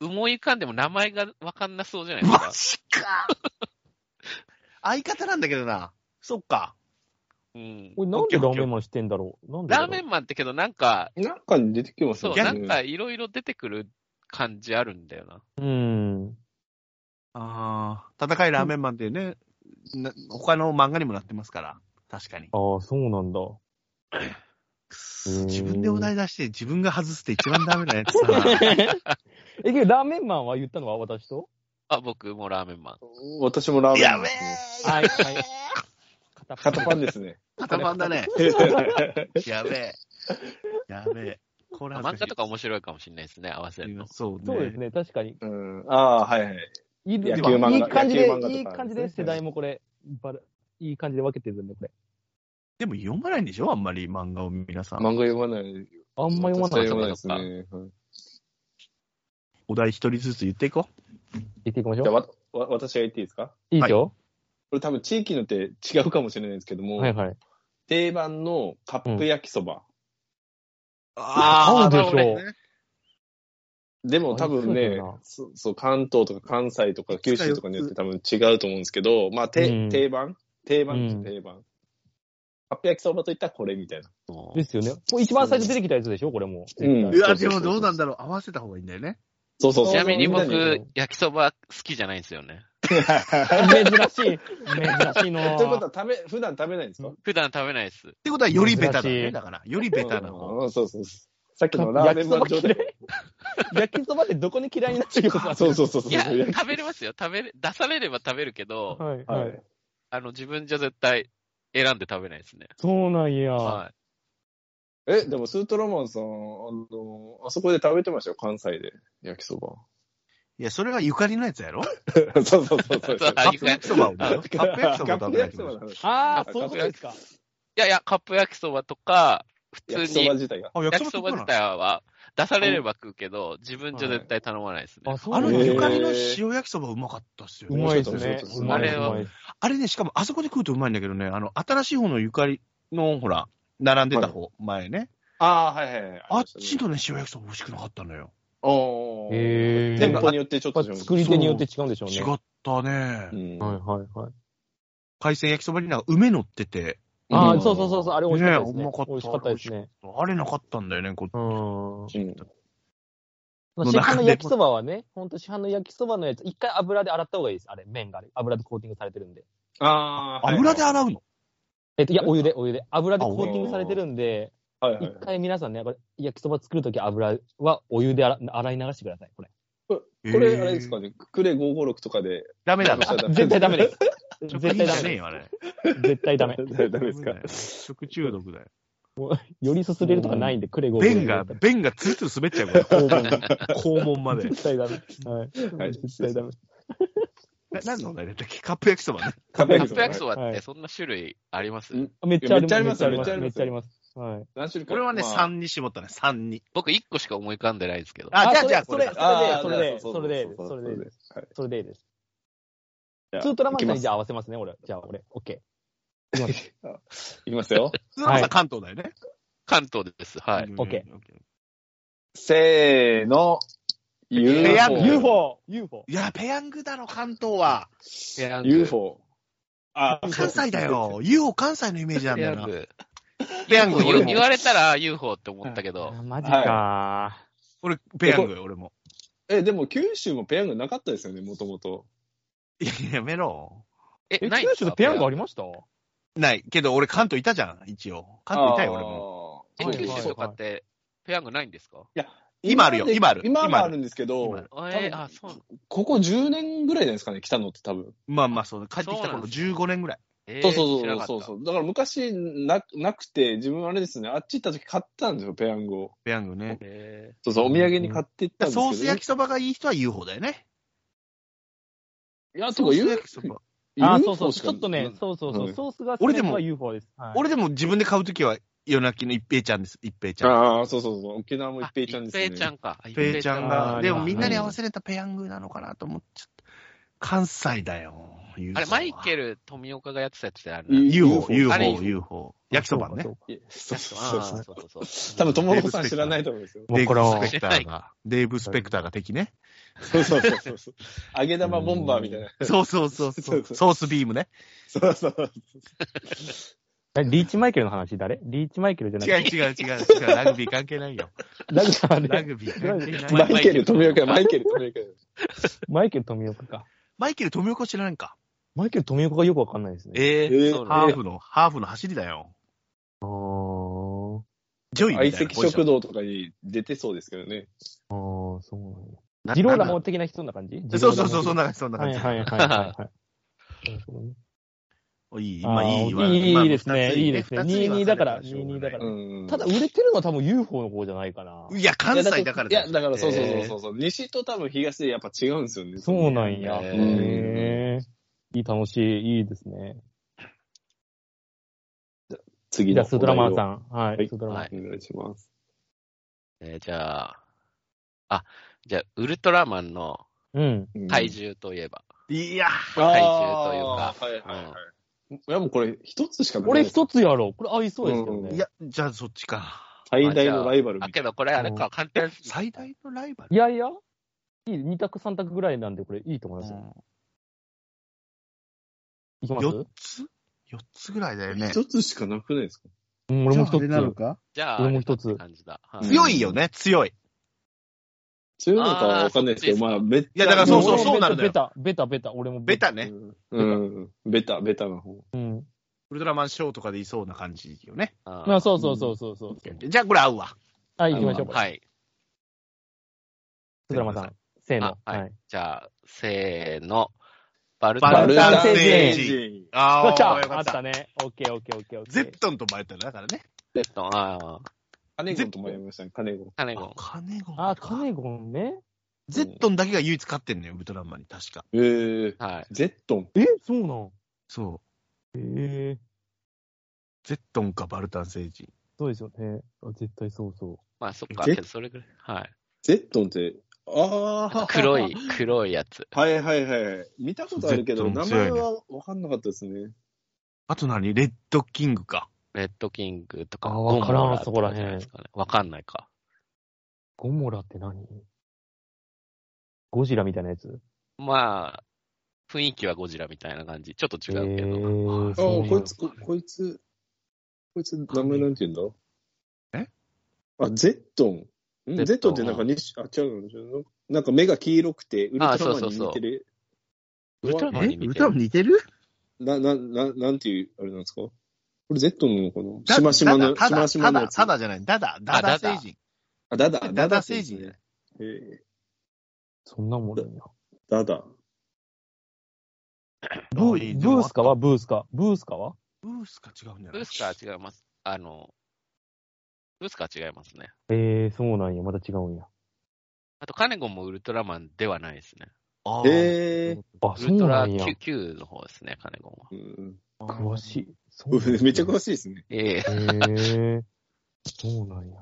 Speaker 4: 思い浮かんでも名前がわかんなそうじゃないです
Speaker 1: マ
Speaker 4: か。
Speaker 1: ジか。相方なんだけどな。そっか。
Speaker 4: うん。
Speaker 2: 俺なんでラーメンマンしてんだろうなんでだろ
Speaker 4: ラー
Speaker 2: う
Speaker 4: メンマンってけど、なんか、
Speaker 3: なんか出てきます
Speaker 4: そ
Speaker 3: よ
Speaker 4: う、
Speaker 3: ね。
Speaker 4: なんかいろいろ出てくる感じあるんだよな。
Speaker 2: うん。
Speaker 1: ああ、戦いラーメンマンっていうね、な他の漫画にもなってますから、確かに。
Speaker 2: ああ、そうなんだ。ーん
Speaker 1: 自分でお題出して自分が外すって一番ダメなやつだな。
Speaker 2: え、けどラーメンマンは言ったのは私と
Speaker 4: あ、僕もラーメンマン。
Speaker 3: 私もラーメン。
Speaker 1: やべえ
Speaker 2: はい、はい。片っ
Speaker 3: 片パンですね。
Speaker 1: 固まんだね。やべえ。やべえ。これ
Speaker 4: あ
Speaker 1: 恥ずかしい
Speaker 4: 漫画とか面白いかもしれないですね、合わせるの。
Speaker 1: そうね。
Speaker 2: そうですね、確かに。
Speaker 3: うん。ああー、はいはい。
Speaker 2: いい
Speaker 3: 野
Speaker 1: 球
Speaker 2: まあ
Speaker 1: 漫
Speaker 2: い
Speaker 1: 画
Speaker 2: い感じで
Speaker 3: 野球漫画と、か
Speaker 2: いい感じで、
Speaker 3: ですね
Speaker 2: 世代もこれ、バラいい感じで分けてるんで、これ。
Speaker 1: でも読まないんでしょあんまり漫画を皆さ
Speaker 3: 漫
Speaker 1: ん。
Speaker 3: 画読まない。
Speaker 2: あんま読まな。
Speaker 3: 私はい読
Speaker 2: 入
Speaker 3: まないですね。はい
Speaker 1: お題一人ずつ言っていこ
Speaker 2: っていきまし
Speaker 3: じゃあ、
Speaker 2: ょう。
Speaker 3: わ、わ私が言っていいですか
Speaker 2: いいですよ。
Speaker 3: これ多分地域によって違うかもしれないんですけども、
Speaker 2: はいはい。
Speaker 3: 定番のカップ焼きそば。
Speaker 1: う。
Speaker 2: あー
Speaker 1: なるほど
Speaker 2: なんでしょう
Speaker 1: ね
Speaker 3: でも多分
Speaker 2: ありそうだ
Speaker 3: ね
Speaker 2: よな、
Speaker 3: そそう、関東とか関西とか九州とかによって多分違うと思うんですけど、まあ、て
Speaker 2: うん
Speaker 3: 定番定番です
Speaker 2: うん
Speaker 3: 定番。カップ焼きそばといったらこれみたいな。
Speaker 2: ですよね。これ一番最初出てきたやつでしょ、これも。
Speaker 3: うん
Speaker 1: うわ、でもどうなんだろう。合わせた方がいいんだよね。
Speaker 3: そうそうそう。
Speaker 4: ちなみに
Speaker 2: みんな
Speaker 4: 僕
Speaker 2: に、
Speaker 4: 焼きそば好きじゃないんですよね。
Speaker 2: 珍しい。珍しい の。
Speaker 3: ということは食べ、普段食べないんですか
Speaker 4: 普段食べないです。
Speaker 1: ってことはよりベタだ
Speaker 2: 珍し
Speaker 1: ね。
Speaker 2: い
Speaker 1: だから、よりベタな方。
Speaker 3: うんうんそうそうそう。さっきのラーメンマン状態。
Speaker 2: 焼きそばってどこに嫌いになってるか。
Speaker 3: そうそう そうそう。
Speaker 4: いや、
Speaker 3: 焼き
Speaker 4: 食べれますよ。食べれ、出されれば食べるけど、
Speaker 2: はい、
Speaker 3: は
Speaker 2: はいい。。
Speaker 4: あの、自分じゃ絶対選んで食べないですね。
Speaker 2: そうなんや。
Speaker 4: は
Speaker 3: え、でもスートラマンさん、あの、あそこで食べてましたよ、関西で。焼きそば。
Speaker 1: いや、それはゆかりのやつやろ
Speaker 3: そうそうそうそう。
Speaker 4: そう
Speaker 1: カップ焼きそばをね。カップ焼きそばを食
Speaker 3: カッ
Speaker 1: べな
Speaker 3: プ
Speaker 1: いと
Speaker 3: 焼き
Speaker 1: い
Speaker 3: そ
Speaker 1: けな
Speaker 3: ば
Speaker 1: い
Speaker 3: なの
Speaker 2: ああ、そういうことですか。
Speaker 4: い。いやいや、カップ焼きそばとか、普
Speaker 3: 焼
Speaker 4: 通
Speaker 3: きそ
Speaker 4: に
Speaker 3: ば自体が。
Speaker 1: あ、
Speaker 4: 焼きそば
Speaker 1: 食う
Speaker 4: 自
Speaker 1: な
Speaker 4: 体は出されれば食うけど、自分じゃ絶対頼まないですね。
Speaker 2: あ、そう
Speaker 1: あの、
Speaker 2: なんや
Speaker 1: ゆかりの塩焼きそばうまかったっすよ
Speaker 2: う
Speaker 1: ね。
Speaker 2: まいですね。うまいです
Speaker 4: あれは
Speaker 2: うまいです
Speaker 1: あれね、しかもあそこで食うとうまいんだけどね、あの、新しい方のゆかりの、ほら、並んでた方、前ね。
Speaker 3: ああ、はいはいはい。
Speaker 1: あっちのね、塩焼きそば美味しくなかったのよ。
Speaker 3: おー。
Speaker 2: へー
Speaker 3: 店舗によってちょっ
Speaker 2: や
Speaker 3: と
Speaker 2: っぱ
Speaker 3: 違うんです
Speaker 2: 作り手によって違うんでしょうね。
Speaker 1: 違ったね
Speaker 3: う。ん
Speaker 2: はいはいはい。
Speaker 1: 海鮮焼きそばになんか梅乗ってて、
Speaker 2: ああ、
Speaker 3: うん
Speaker 2: そうそうそうそう、あれ美味しかったですね。
Speaker 1: ねうまかった
Speaker 2: 美味しかったですね。
Speaker 1: あれなかったんだよね、こっち。
Speaker 2: うん。
Speaker 3: うん
Speaker 2: まあ市販の焼きそばはね、ほんと市販の焼きそばのやつ、一回油で洗った方がいいです。あれ、麺があれ。油でコーティングされてるんで。
Speaker 3: ああ、はい
Speaker 1: 油で洗うの
Speaker 2: えっと、いや、お湯で、お湯で。油でコーティングされてるんで、
Speaker 3: はいはい
Speaker 2: 一回皆さんね、これ、焼きそば作るとき油はお湯で洗洗い流してください、これ。
Speaker 3: これ、あれです
Speaker 1: へ
Speaker 3: か
Speaker 1: ー
Speaker 3: ね、クレ556とかで。
Speaker 1: ダメだろ。
Speaker 3: ダメだ
Speaker 2: 絶対ダメです。 絶対ダ
Speaker 1: ね
Speaker 2: メ
Speaker 1: え
Speaker 2: で
Speaker 1: よ、あれ。
Speaker 2: す。絶対ダメ。
Speaker 3: ダメですか。
Speaker 1: 食中毒だよ。
Speaker 2: よりすすれるとかないんで、クレゴ
Speaker 1: 便が、便がツルツル滑っちゃうから、肛門、肛門まで。
Speaker 2: 絶対ダメ。はい。
Speaker 3: はい
Speaker 2: 絶対ダメ。
Speaker 1: な何のお題だったっけカップ焼きそばね。
Speaker 3: カ
Speaker 4: カップ焼きそば
Speaker 2: は
Speaker 4: っ
Speaker 2: い
Speaker 4: てそんな種類あります、
Speaker 3: うん
Speaker 2: めっちゃあります。
Speaker 3: めっちゃあり
Speaker 2: めっ
Speaker 3: ます
Speaker 2: ちゃあります。はい。
Speaker 3: 何種類か。
Speaker 1: これはね、
Speaker 3: まあ
Speaker 1: 3に絞ったね、3に。
Speaker 4: 僕1個しか思い浮かんでないんですけど。
Speaker 1: あ、じゃあ、
Speaker 2: それ
Speaker 1: じゃあ、こ
Speaker 2: そ
Speaker 1: れ
Speaker 2: れ
Speaker 1: だ。
Speaker 3: あー
Speaker 2: それで
Speaker 3: そうそう
Speaker 2: それで
Speaker 3: そうそう
Speaker 2: それで
Speaker 3: はい
Speaker 2: それでいいです。
Speaker 3: じゃあ
Speaker 2: ツートラマンさんにじゃあ
Speaker 3: い
Speaker 2: 合わせますね、俺。じゃあ俺、オッケ
Speaker 3: きますよ。
Speaker 1: 普通の
Speaker 2: は
Speaker 1: さ、
Speaker 2: い
Speaker 1: 関東だよね。
Speaker 4: 関東です。はい。
Speaker 1: うん
Speaker 2: オッケ。
Speaker 3: せーの。
Speaker 1: ペヤング
Speaker 2: ー。UFO!UFO! UFO
Speaker 1: いや、ペヤングだろ、関東は。
Speaker 4: ペヤング
Speaker 3: UFO。あ
Speaker 1: 関西だよ。UFO 関西のイメージなん
Speaker 4: ペ
Speaker 1: だ
Speaker 4: ヤ
Speaker 1: よ
Speaker 4: ン
Speaker 1: な。
Speaker 4: グ。
Speaker 1: ペヤング、俺
Speaker 4: 言
Speaker 1: も。
Speaker 4: われたら UFO って思ったけど。
Speaker 2: あマジか
Speaker 1: 俺、ペヤングよ、俺も。
Speaker 3: え、でも九州もペヤングなかったですよね、もともと。
Speaker 1: いや、やめろ。
Speaker 4: え、
Speaker 2: え、
Speaker 4: ないん
Speaker 2: 九
Speaker 4: です
Speaker 2: 州
Speaker 4: か
Speaker 2: でペヤングありました
Speaker 1: ない。けど、俺関東いたじゃん、一応。関東いたよ、俺も。
Speaker 3: も
Speaker 4: え、
Speaker 2: はい
Speaker 4: 九州とかって、ペヤングないんですか
Speaker 1: 今あるよ
Speaker 3: で
Speaker 1: 今ある今
Speaker 3: 今
Speaker 1: あ
Speaker 3: は
Speaker 1: る
Speaker 3: あるんですけ
Speaker 1: 今あ
Speaker 3: ど
Speaker 1: る、
Speaker 4: あ
Speaker 3: 多
Speaker 4: え
Speaker 3: 分
Speaker 4: あ、そう。
Speaker 3: ここ10年ぐらいじゃないですかね、来たのって多分。
Speaker 1: まあまあ、そう帰ってきた
Speaker 4: そうなん
Speaker 1: 頃
Speaker 4: です
Speaker 1: 15年ぐらい。
Speaker 4: えー
Speaker 3: そうそう
Speaker 4: 知
Speaker 3: そ
Speaker 4: ら
Speaker 3: う
Speaker 4: な
Speaker 3: そう
Speaker 4: かっ
Speaker 3: そう。だから昔な、なくて、自分あれですね、あっち行った時買ったんですよ、ペヤングを。
Speaker 1: ペヤングね
Speaker 4: た。。え
Speaker 3: そうそう、お土産に買って行ったんですけ
Speaker 1: ソ
Speaker 3: ど、
Speaker 1: ース焼きそばがいい人は UFO だよね。
Speaker 3: いや、と
Speaker 1: ソ
Speaker 3: か
Speaker 1: ー
Speaker 3: 言
Speaker 1: ス
Speaker 3: う
Speaker 1: 焼きそば。
Speaker 2: あ、そうそう。
Speaker 3: し
Speaker 2: ち
Speaker 3: か
Speaker 2: ょっとね、そうそうそうう。
Speaker 3: ん
Speaker 2: ソースが
Speaker 1: 俺でも
Speaker 2: は UFO です。はい
Speaker 1: 俺でも自分で買うときは、夜泣きの一平ちゃんです。一平ちゃん。
Speaker 3: ああ、そうそうそう。沖縄も
Speaker 4: ー。
Speaker 3: 一平ちゃんですね。
Speaker 4: あ一平ちゃんか。あ
Speaker 1: 一平ちゃん
Speaker 2: あ
Speaker 1: が。
Speaker 2: ー
Speaker 1: で
Speaker 2: い
Speaker 1: も
Speaker 2: や
Speaker 1: みんなに合わせれたペヤングなのかなと思っちゃった。関西だよ。
Speaker 4: あれ、マイケ
Speaker 1: ル。
Speaker 4: ル富岡がやってたやつだよね。
Speaker 1: UFO、
Speaker 4: あれ
Speaker 1: UFO、UFO。焼きそばね。。
Speaker 3: そ
Speaker 4: そうう
Speaker 3: そうそ
Speaker 4: そ
Speaker 3: うそうう。
Speaker 4: そうそう。
Speaker 3: 多分、友野さん知らないと思うんで すよ。
Speaker 1: デ
Speaker 2: 僕ら
Speaker 1: ー
Speaker 2: は
Speaker 1: ブ・スペクターが。デーブ・スペクターが敵ね。
Speaker 3: そうそうそうそうそう。揚げ玉ボンバーみたいな。
Speaker 1: そうそうそうそう。
Speaker 3: そうそう
Speaker 1: ソースビームね。
Speaker 3: そうそう。
Speaker 2: えリーチマイケルの話誰リーチマイケルじゃな
Speaker 1: 違う
Speaker 2: くて。
Speaker 1: 違う違う違う。ラグビー関係ないよ。
Speaker 2: ラグさ ん
Speaker 1: ラ
Speaker 2: で。
Speaker 1: グビー関係
Speaker 3: マ
Speaker 1: ない。
Speaker 3: イケル富岡、マイケル富 岡。
Speaker 2: マイケル富岡か。
Speaker 1: マイケル富岡知らないんか。
Speaker 2: マイケル富岡がよくわかんないですね。
Speaker 1: え
Speaker 3: えー
Speaker 4: そう
Speaker 1: ハ
Speaker 4: ね
Speaker 1: ーフの、ハーフの走りだよ。
Speaker 2: あー
Speaker 1: ジョイみたい
Speaker 3: 相
Speaker 1: な
Speaker 3: 席
Speaker 1: ポジショ
Speaker 3: 食
Speaker 1: ン。
Speaker 3: 堂とかに出てそうですけどね。
Speaker 2: あー、そうなんや。
Speaker 1: な
Speaker 2: ジローラモ的な人な感じ
Speaker 1: そうそうそう、そん
Speaker 2: な
Speaker 1: な感じ、そんな
Speaker 2: は
Speaker 1: 感
Speaker 2: い
Speaker 1: じ。
Speaker 2: はいはいはいはい。なるほどね
Speaker 1: おいい、
Speaker 2: あ
Speaker 1: 今
Speaker 2: ー
Speaker 1: いいわ。
Speaker 2: いい
Speaker 1: まあ
Speaker 2: いいですね
Speaker 1: もう二つ
Speaker 2: いいですね
Speaker 1: 二つに分
Speaker 2: 22だから
Speaker 1: れてしょうがない
Speaker 2: 22だから
Speaker 3: うん。
Speaker 2: ただ、売れてるのは多分 UFO の方じゃないかな。
Speaker 1: いや、関西だから
Speaker 3: いや、だからそうそう
Speaker 1: え
Speaker 3: そう
Speaker 1: ー
Speaker 3: そうそう。西と多分東でやっぱ違うんですよね。
Speaker 2: そうなんや。
Speaker 4: ね
Speaker 2: へーいい、楽しい、いいですね。
Speaker 3: 次
Speaker 2: じゃ
Speaker 3: の
Speaker 2: あ、スドラマーさ
Speaker 3: ん。
Speaker 2: ん。は
Speaker 3: はい
Speaker 2: い、スドラマー
Speaker 4: はい
Speaker 2: さ
Speaker 3: お願いします。
Speaker 4: えーじゃあ、あ、じゃあ、ウルトラマンの
Speaker 2: ん。うん。
Speaker 4: 怪獣といえば。
Speaker 1: いや、
Speaker 4: 怪獣という
Speaker 3: あ
Speaker 4: か
Speaker 3: ーはいはいはい。いや、もうこれ一つしかない。
Speaker 2: 俺一つやろう。これ合いそうですけどね。
Speaker 3: うん
Speaker 1: いや、じゃあそっちか。
Speaker 3: 最大のライバルみ
Speaker 4: あ、
Speaker 3: たい
Speaker 4: けどこれあれ
Speaker 2: う
Speaker 4: か、簡単。
Speaker 1: 最大のライバル
Speaker 2: いやいや、いい、2択3択ぐらいなんで、これいいと思いますよ。いきます
Speaker 1: 4つ ?4 つぐらいだよ
Speaker 3: な。
Speaker 1: ね。
Speaker 3: 一つしかなくないですか
Speaker 2: うん、俺も
Speaker 1: じゃああれなの
Speaker 2: 1つ。
Speaker 1: か
Speaker 4: じゃあ、
Speaker 2: 俺も一つ
Speaker 4: あれだって感じだ。は
Speaker 1: 強いよね、強い。
Speaker 3: 強いのかはわかんないですけど、
Speaker 4: あー
Speaker 3: まあ、めっちゃ。
Speaker 1: いやだからそうそう
Speaker 2: 俺も
Speaker 1: そうなるのよ
Speaker 2: ベタ、ベタ、ベタ、俺も
Speaker 1: ベタ
Speaker 3: う
Speaker 1: ね。
Speaker 3: ん。うん。ベタ、ベタな方。
Speaker 2: うん。
Speaker 1: ウルトラマンショーとかでいそうな感じよね。
Speaker 4: あー
Speaker 2: まあ、そうそうそうそうそう。
Speaker 1: じゃあこれ合うわ。
Speaker 2: はい、行きましょう。。
Speaker 4: はいい。
Speaker 2: スドラマさん、せーの
Speaker 4: あ。はい
Speaker 2: はい。
Speaker 4: じゃあ、せーの。バル
Speaker 1: バ
Speaker 4: タ
Speaker 1: ル
Speaker 4: ン
Speaker 1: タン星
Speaker 2: 星
Speaker 3: 人。
Speaker 1: あ
Speaker 2: よっしゃ
Speaker 1: ーよか
Speaker 2: あ
Speaker 1: っ
Speaker 2: った
Speaker 1: た。
Speaker 2: ね。オッケーオッケーオッケーオッケー。
Speaker 1: ゼットンとバレたねだからね。
Speaker 4: セット。ああ、
Speaker 3: カネゴンともやりましたね、カネゴン。
Speaker 4: カネゴン。
Speaker 1: カネゴンか。
Speaker 2: あ、カネゴンね。
Speaker 1: ゼットンだけが唯一勝ってんのよ、ウルトラマンに確か。
Speaker 3: えー、
Speaker 4: はい。
Speaker 3: ゼットン。
Speaker 2: え、そうなん
Speaker 1: そう。
Speaker 2: ええ
Speaker 1: ゼットンかバルタン星人。
Speaker 2: そうですよね。あ絶対そうそ
Speaker 4: まあ、そっか、
Speaker 3: え
Speaker 4: けどそれぐらい。はい。
Speaker 3: ゼットンって、ああ。
Speaker 4: 黒い。、黒いやつ。
Speaker 3: はいはいはい。見たことあるけど、
Speaker 1: ゼット
Speaker 3: 名
Speaker 1: ン強いね
Speaker 3: 前はわかんなかったですね。
Speaker 1: あと何レッドキングか。
Speaker 4: レッドキングとか。
Speaker 2: あーわからん
Speaker 4: ゴモラ
Speaker 2: そこらへん
Speaker 4: とじゃないですかねわかんないか。
Speaker 2: う。ゴモラって何ゴジラみたいなやつ
Speaker 4: まあ、雰囲気はゴジラみたいな感じ。ちょっと違うけ
Speaker 2: え
Speaker 4: ど。
Speaker 2: ー、
Speaker 3: ああ、
Speaker 2: そうなんや
Speaker 3: こいつ、ここいつ、こいつ、名前なんて言うんだ
Speaker 1: え
Speaker 3: あ、ゼットン。んゼ
Speaker 4: ゼ
Speaker 3: ッ
Speaker 4: ッ
Speaker 3: ト
Speaker 4: ト
Speaker 3: ン
Speaker 4: ン
Speaker 3: ってなんか西、あ、違うのなんか目が黄色くて、ウルトラマンに似てる。
Speaker 4: ウルトラマンに
Speaker 1: ウ
Speaker 4: 見
Speaker 1: ル
Speaker 4: て
Speaker 1: トラ
Speaker 4: る
Speaker 1: マン似てる
Speaker 3: な、な、な、なんていう、あれなんですかこれゼットンなのかな
Speaker 1: だ
Speaker 3: しましまの、
Speaker 1: た
Speaker 3: し
Speaker 1: だ
Speaker 3: ましま
Speaker 1: た
Speaker 3: のや
Speaker 1: だ、
Speaker 3: つ。
Speaker 1: ただじゃない。ダダ、ダダ
Speaker 4: ダダ
Speaker 1: 星人。
Speaker 3: あ、ダダ、
Speaker 1: ダダ星人
Speaker 3: で
Speaker 1: じゃ
Speaker 3: す
Speaker 1: ない。
Speaker 3: ねえー
Speaker 2: そんなもんだよ。
Speaker 3: ダダ。
Speaker 2: ブーブースカはブースカ。ブースカは
Speaker 1: ブースか違うんじゃ
Speaker 4: ブ
Speaker 1: ない
Speaker 4: ースカー違います。あの、ブースカー違いますね。
Speaker 2: ええそうなんや。また違うんや。
Speaker 4: あと、カネゴンもウルトラマンではないですね。
Speaker 1: あー
Speaker 3: え
Speaker 2: あ、
Speaker 4: ウ
Speaker 2: そ
Speaker 4: ル
Speaker 2: う
Speaker 4: ト
Speaker 2: な
Speaker 4: ラ
Speaker 2: んや。
Speaker 4: Q, Q の方ですね、カネゴンは。
Speaker 3: ーうん
Speaker 2: 詳しい。そ
Speaker 3: うん めっ
Speaker 2: しい。
Speaker 3: ちゃ詳しいですね。
Speaker 4: ええ
Speaker 2: ええそうなんや。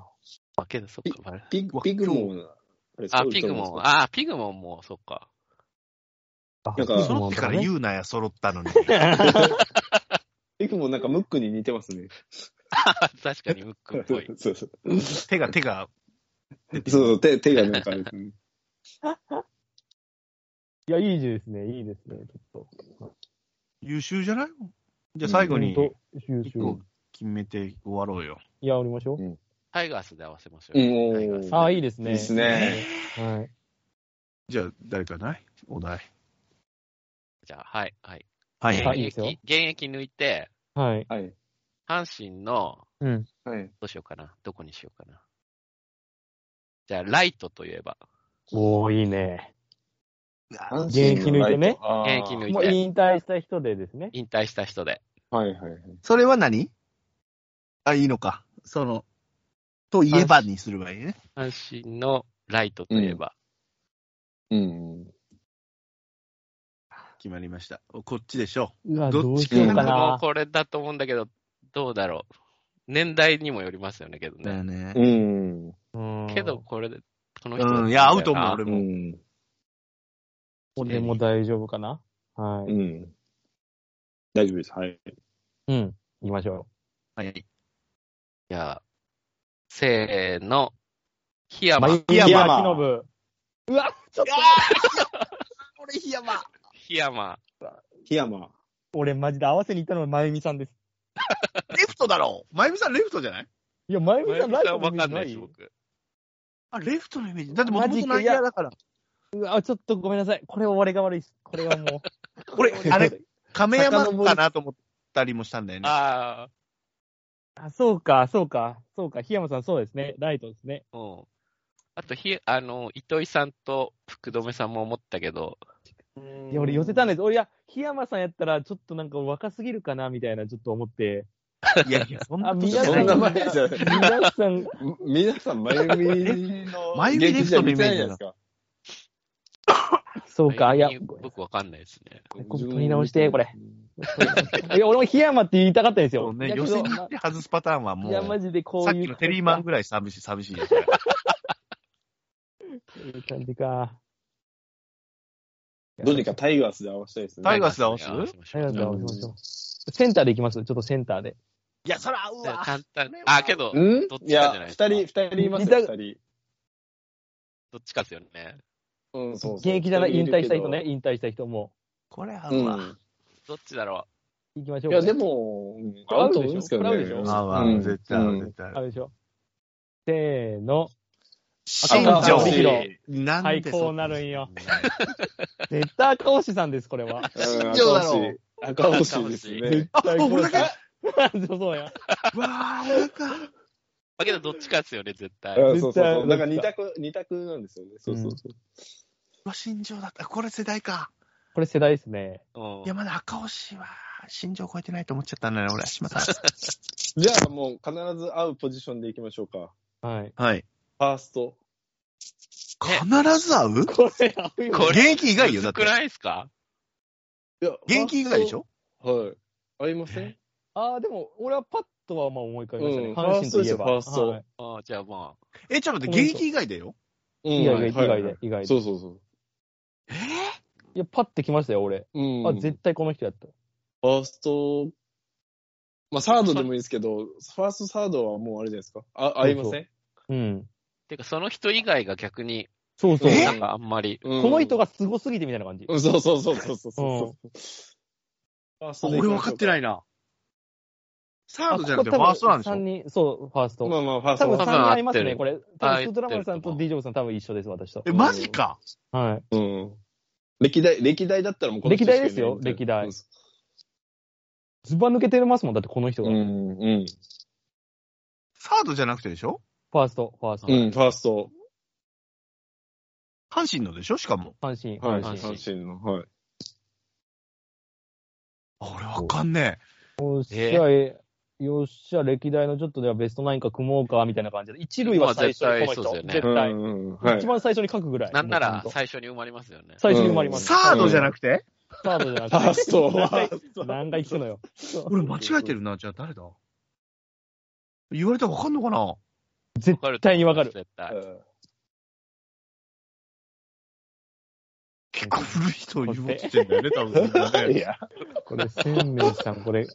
Speaker 4: まあけど、そっか。
Speaker 3: ピグピグモンはあれ
Speaker 4: あ、ピグモン。。ああ、ピグモンも、そっか。
Speaker 2: あ
Speaker 3: なんか
Speaker 1: 揃ってから
Speaker 2: う。
Speaker 1: 言うなや、揃った のに。
Speaker 3: ピグモンなんかムックに似てますね。
Speaker 4: 確かにムックっぽ い。
Speaker 3: そうそう。
Speaker 1: 手が、手が。
Speaker 3: そうそう、手、手がなんかあれで すね。
Speaker 2: いや、いいですね。いいですね。ちょっと。
Speaker 1: 優秀じゃないじゃあ最後に、
Speaker 2: ほんと収集
Speaker 1: 一個決めて終わろうよ。
Speaker 2: いや、おりましょ
Speaker 4: タイガースで合わせましょう。
Speaker 3: うん
Speaker 4: タイガース
Speaker 2: う。ああ、いいですね。
Speaker 3: いいっすね。
Speaker 2: はい。
Speaker 1: じゃあ、誰かないお題。
Speaker 4: じゃあ、はい、はい。
Speaker 1: は
Speaker 4: 現
Speaker 1: い。
Speaker 2: は
Speaker 1: はい
Speaker 2: いいです
Speaker 4: 役、
Speaker 2: よ
Speaker 4: 現役抜いて、
Speaker 2: はい。
Speaker 3: はい。
Speaker 4: 阪神の、
Speaker 2: うん。
Speaker 3: はい。
Speaker 4: どうしようかな。どこにしようかな。じゃあ、ライトといえば。
Speaker 2: おおいいね。
Speaker 3: 現
Speaker 2: 役抜いてね。
Speaker 4: 現役抜い
Speaker 2: もう
Speaker 4: て、
Speaker 2: 引退した人でですね。
Speaker 4: 引退した人で。
Speaker 3: はいはいはい。
Speaker 1: それは何あ、いいのか。その、といえばにすればいいね。
Speaker 4: 阪神のライトといえば。
Speaker 3: うん。
Speaker 1: 決まりました。こっちでしょ
Speaker 2: うわ、
Speaker 1: ど
Speaker 2: ど
Speaker 1: っ
Speaker 2: う
Speaker 1: ち
Speaker 2: し
Speaker 1: かな
Speaker 2: よう
Speaker 4: 僕
Speaker 2: か
Speaker 4: も
Speaker 2: な。
Speaker 4: これだと思うんだけど、どうだろう。年代にもよりますよね、けど
Speaker 1: う。だ
Speaker 4: ね。
Speaker 1: よね
Speaker 3: う。ん。
Speaker 2: うん
Speaker 4: けど、、これで、この人だった
Speaker 1: うん
Speaker 4: だよな。
Speaker 1: ん、いや、合うと思う、
Speaker 3: う
Speaker 1: 俺も。
Speaker 3: ん。
Speaker 2: 俺も大丈夫かな。は
Speaker 3: う
Speaker 2: い。
Speaker 3: ん。大丈夫です。はい。
Speaker 2: うん。行きましょ
Speaker 1: はい。
Speaker 4: じゃあ、せーの。檜
Speaker 2: う。
Speaker 4: 山。檜
Speaker 2: 檜山忍。うわ、ちょっ と。
Speaker 1: 俺、檜山。
Speaker 4: 山。
Speaker 3: 檜山。
Speaker 2: 俺マジで合わせに行ったのはまゆみさんです。
Speaker 1: レフトだろう。まゆみさんレフトじゃない
Speaker 2: いや、前見さんライトの
Speaker 4: わ
Speaker 2: イメ
Speaker 4: か
Speaker 2: ー
Speaker 4: ん
Speaker 2: ジ
Speaker 4: な
Speaker 2: ない
Speaker 4: です、
Speaker 2: い
Speaker 4: 僕。
Speaker 1: あ、レフトのイメージ。だってもと
Speaker 2: マジ
Speaker 1: もと
Speaker 2: ック
Speaker 1: 内野だから。
Speaker 2: うわ、ちょっとごめんなさい。これは俺が悪いっす。これはもう。
Speaker 1: これ あれ亀山かなと思ったりもしたんだよね。
Speaker 4: あ
Speaker 2: あ、そうか、そうか、そうか。檜山さん、そうですね。ライトですね。
Speaker 4: あ、うん。あと、ひ、あの、糸井さんと福留さんも思ったけど、
Speaker 2: いや、俺寄せたんです。俺、いや、檜山さんやったら、ちょっとなんか若すぎるかな、みたいな、ちょっと思って。
Speaker 1: いやいや、そんな
Speaker 2: あ、
Speaker 1: こと
Speaker 2: 宮
Speaker 1: じゃな
Speaker 2: さ
Speaker 1: い
Speaker 3: そん
Speaker 2: ん、
Speaker 3: な
Speaker 2: 皆
Speaker 3: 前じ ゃない
Speaker 2: さん、
Speaker 3: 皆さん、まゆみの
Speaker 1: まゆみレフトのイメージだ
Speaker 3: 劇場見てないじゃないですか。
Speaker 2: そうか、いや、
Speaker 4: 僕わかんないですね。
Speaker 2: これ撮り直してこれ。いや、俺も檜山って言いたかったんです
Speaker 1: そ
Speaker 2: よ。
Speaker 1: うね、
Speaker 2: いやけ
Speaker 1: 予
Speaker 2: ど
Speaker 1: 選で外すパターンはも
Speaker 2: いや、マ
Speaker 1: う、
Speaker 2: ジでこういう。
Speaker 1: さっきのテリーマンぐらい寂しい、寂しいですね。
Speaker 2: こういう感じか。
Speaker 3: どうにかタイガースで合わせたいですね。
Speaker 1: タイガースで合わす
Speaker 4: 合わせましょ
Speaker 2: タイガースで合
Speaker 4: う
Speaker 2: わせましょうセンターで行きますちょっとセンターで。
Speaker 1: いや、そら、うわ。
Speaker 4: 簡単。あ、けど、
Speaker 3: うん
Speaker 4: どっちか
Speaker 3: い
Speaker 4: じゃ
Speaker 3: や
Speaker 4: ない、で
Speaker 3: 二
Speaker 4: すか
Speaker 3: 人、二人います
Speaker 2: いた
Speaker 3: よ、二人。
Speaker 4: どっちかですよね。
Speaker 3: うん、そうそう
Speaker 2: 現役じゃない、引退した人ね。。引退した人も。
Speaker 1: これは、
Speaker 3: う。
Speaker 1: うんわ。
Speaker 4: どっちだろ
Speaker 2: 行きましょ。
Speaker 3: いうや、でも、うん合うと思うんですけど
Speaker 2: これ合うでし
Speaker 3: ね
Speaker 2: ょ。
Speaker 1: あわ、
Speaker 3: うん
Speaker 1: 絶対合
Speaker 3: う
Speaker 1: う、
Speaker 3: ん。
Speaker 1: 絶対
Speaker 2: あ
Speaker 1: 合う。
Speaker 2: れでしょ。せーの。
Speaker 1: 新
Speaker 2: 赤
Speaker 1: 庄
Speaker 2: 星織弘。
Speaker 1: なんで
Speaker 2: はいこうなるんよ。絶対赤星さんです、これは
Speaker 3: 新
Speaker 1: 庄だろう。
Speaker 3: 赤星ですね。
Speaker 1: あ、俺だけ
Speaker 2: そうそうや。
Speaker 1: うわー、俺か。
Speaker 4: う。だけど、どっちかですよね、絶対。
Speaker 3: うんそうそ
Speaker 2: 絶
Speaker 3: う
Speaker 2: 対
Speaker 3: そ
Speaker 2: 赤
Speaker 3: う。
Speaker 2: 星
Speaker 3: だから二択、二択なんですよね。そうそうそう。
Speaker 1: うわ、新庄だった。これ世代か。
Speaker 2: これ世代ですね。
Speaker 4: うん
Speaker 1: いや、まだ赤星は、新庄超えてないと思っちゃったんだね、俺。しまった。
Speaker 3: じゃあもう必ず合うポジションでいきましょうか。
Speaker 2: はい。
Speaker 1: はい。
Speaker 3: ファースト。
Speaker 1: 必ず合う
Speaker 2: これ、あうよ
Speaker 4: こ
Speaker 1: 現役以外よ、だっ
Speaker 4: 少
Speaker 1: て。
Speaker 4: ないですか
Speaker 3: いや、
Speaker 1: 現役以外でしょ
Speaker 3: はい。合いません
Speaker 2: ああ、でも、俺はパッとはまあ思い浮かびました
Speaker 3: う
Speaker 2: ね。
Speaker 3: ん
Speaker 2: 阪神といえば。
Speaker 3: ファーストですよ
Speaker 2: はい
Speaker 4: あじゃあま
Speaker 1: え、ちょっと待って、現役以外でよ
Speaker 3: うん
Speaker 2: 意外で、意
Speaker 3: はい
Speaker 2: 外
Speaker 3: はい
Speaker 2: で、意外で。
Speaker 3: そ
Speaker 2: いう
Speaker 3: そうそ
Speaker 1: えー
Speaker 2: や、パッて来ましたよ、俺。
Speaker 3: う。うん。
Speaker 2: あ、絶対この人やった。
Speaker 3: ファースト、まあ、サードでもいいですけど、ファースト、サードはもうあれじゃないですか。あ、合いません
Speaker 2: うん。
Speaker 4: あ。てか、その人以外が逆に、
Speaker 2: そうそう。
Speaker 1: え
Speaker 4: なんかあんまり。
Speaker 3: うん
Speaker 2: この人、がすごすぎてみたいな感じ。
Speaker 3: うん、そうそうそうそうそうそう。ファーストで行
Speaker 1: 俺
Speaker 3: き
Speaker 1: 分
Speaker 3: まし
Speaker 1: か
Speaker 3: ょう
Speaker 1: ってないな。サードじゃなくてフ
Speaker 2: ここ
Speaker 1: ァーストなんでし
Speaker 2: 多分
Speaker 1: ょ
Speaker 2: 三人、そう、ファースト。
Speaker 3: まあまあ、ファース
Speaker 2: 多
Speaker 3: ト
Speaker 2: 分
Speaker 3: は
Speaker 2: 3
Speaker 4: 多分
Speaker 2: 人合いま
Speaker 4: 合
Speaker 2: す
Speaker 4: って
Speaker 2: ね、
Speaker 4: る
Speaker 2: これ。多分スートラマルさん
Speaker 4: 合
Speaker 2: と
Speaker 4: って
Speaker 2: DJ さん多分一緒です、私と。
Speaker 1: え、マジか。
Speaker 2: は
Speaker 3: うん。歴代、歴代だったらもうこの人しかいない
Speaker 2: 歴代ですよ歴代
Speaker 3: うん
Speaker 2: い。ずば抜けてますもん、だってこの人
Speaker 3: う
Speaker 2: が。
Speaker 3: ん、うん。
Speaker 1: サードじゃなくてでしょ
Speaker 2: ファースト、ファースト。
Speaker 3: うん、ファースト。
Speaker 1: 阪神のでしょしかも。
Speaker 2: 阪神、
Speaker 3: はい、
Speaker 2: 阪神。
Speaker 3: 阪神の。はい。
Speaker 1: あ俺分かんね
Speaker 2: よっしゃ、えよっしゃ、歴代のちょっとではベストナインか組もうか、みたいな感じで。一塁は最初にこの人。
Speaker 4: まあ絶対そうです
Speaker 2: 絶
Speaker 4: よ
Speaker 2: 対、
Speaker 3: うんうんうんはい
Speaker 2: 一。番最初に書くぐらい。
Speaker 4: なん
Speaker 2: も
Speaker 4: な
Speaker 2: う
Speaker 4: ら
Speaker 2: ちゃん、と
Speaker 4: 最初に生まれますよね。
Speaker 2: 最初に埋まり
Speaker 1: え。
Speaker 2: ます。
Speaker 1: サードじゃなくて
Speaker 2: サードじゃなく
Speaker 3: フ
Speaker 2: て。
Speaker 3: ァースト、フ
Speaker 2: 何 回
Speaker 3: ァースト。
Speaker 2: 何回聞くのよ。
Speaker 1: 俺間違えてるな。じゃあ誰だ言われたら分かんのかな
Speaker 2: 絶
Speaker 4: わ
Speaker 2: 対にわかる。
Speaker 4: 絶
Speaker 3: う
Speaker 4: 対。
Speaker 3: ん
Speaker 1: 結構古い人を言おうとしてんだよね、多分、
Speaker 3: い
Speaker 1: ね。
Speaker 3: や、
Speaker 2: これ、千明さん、これ。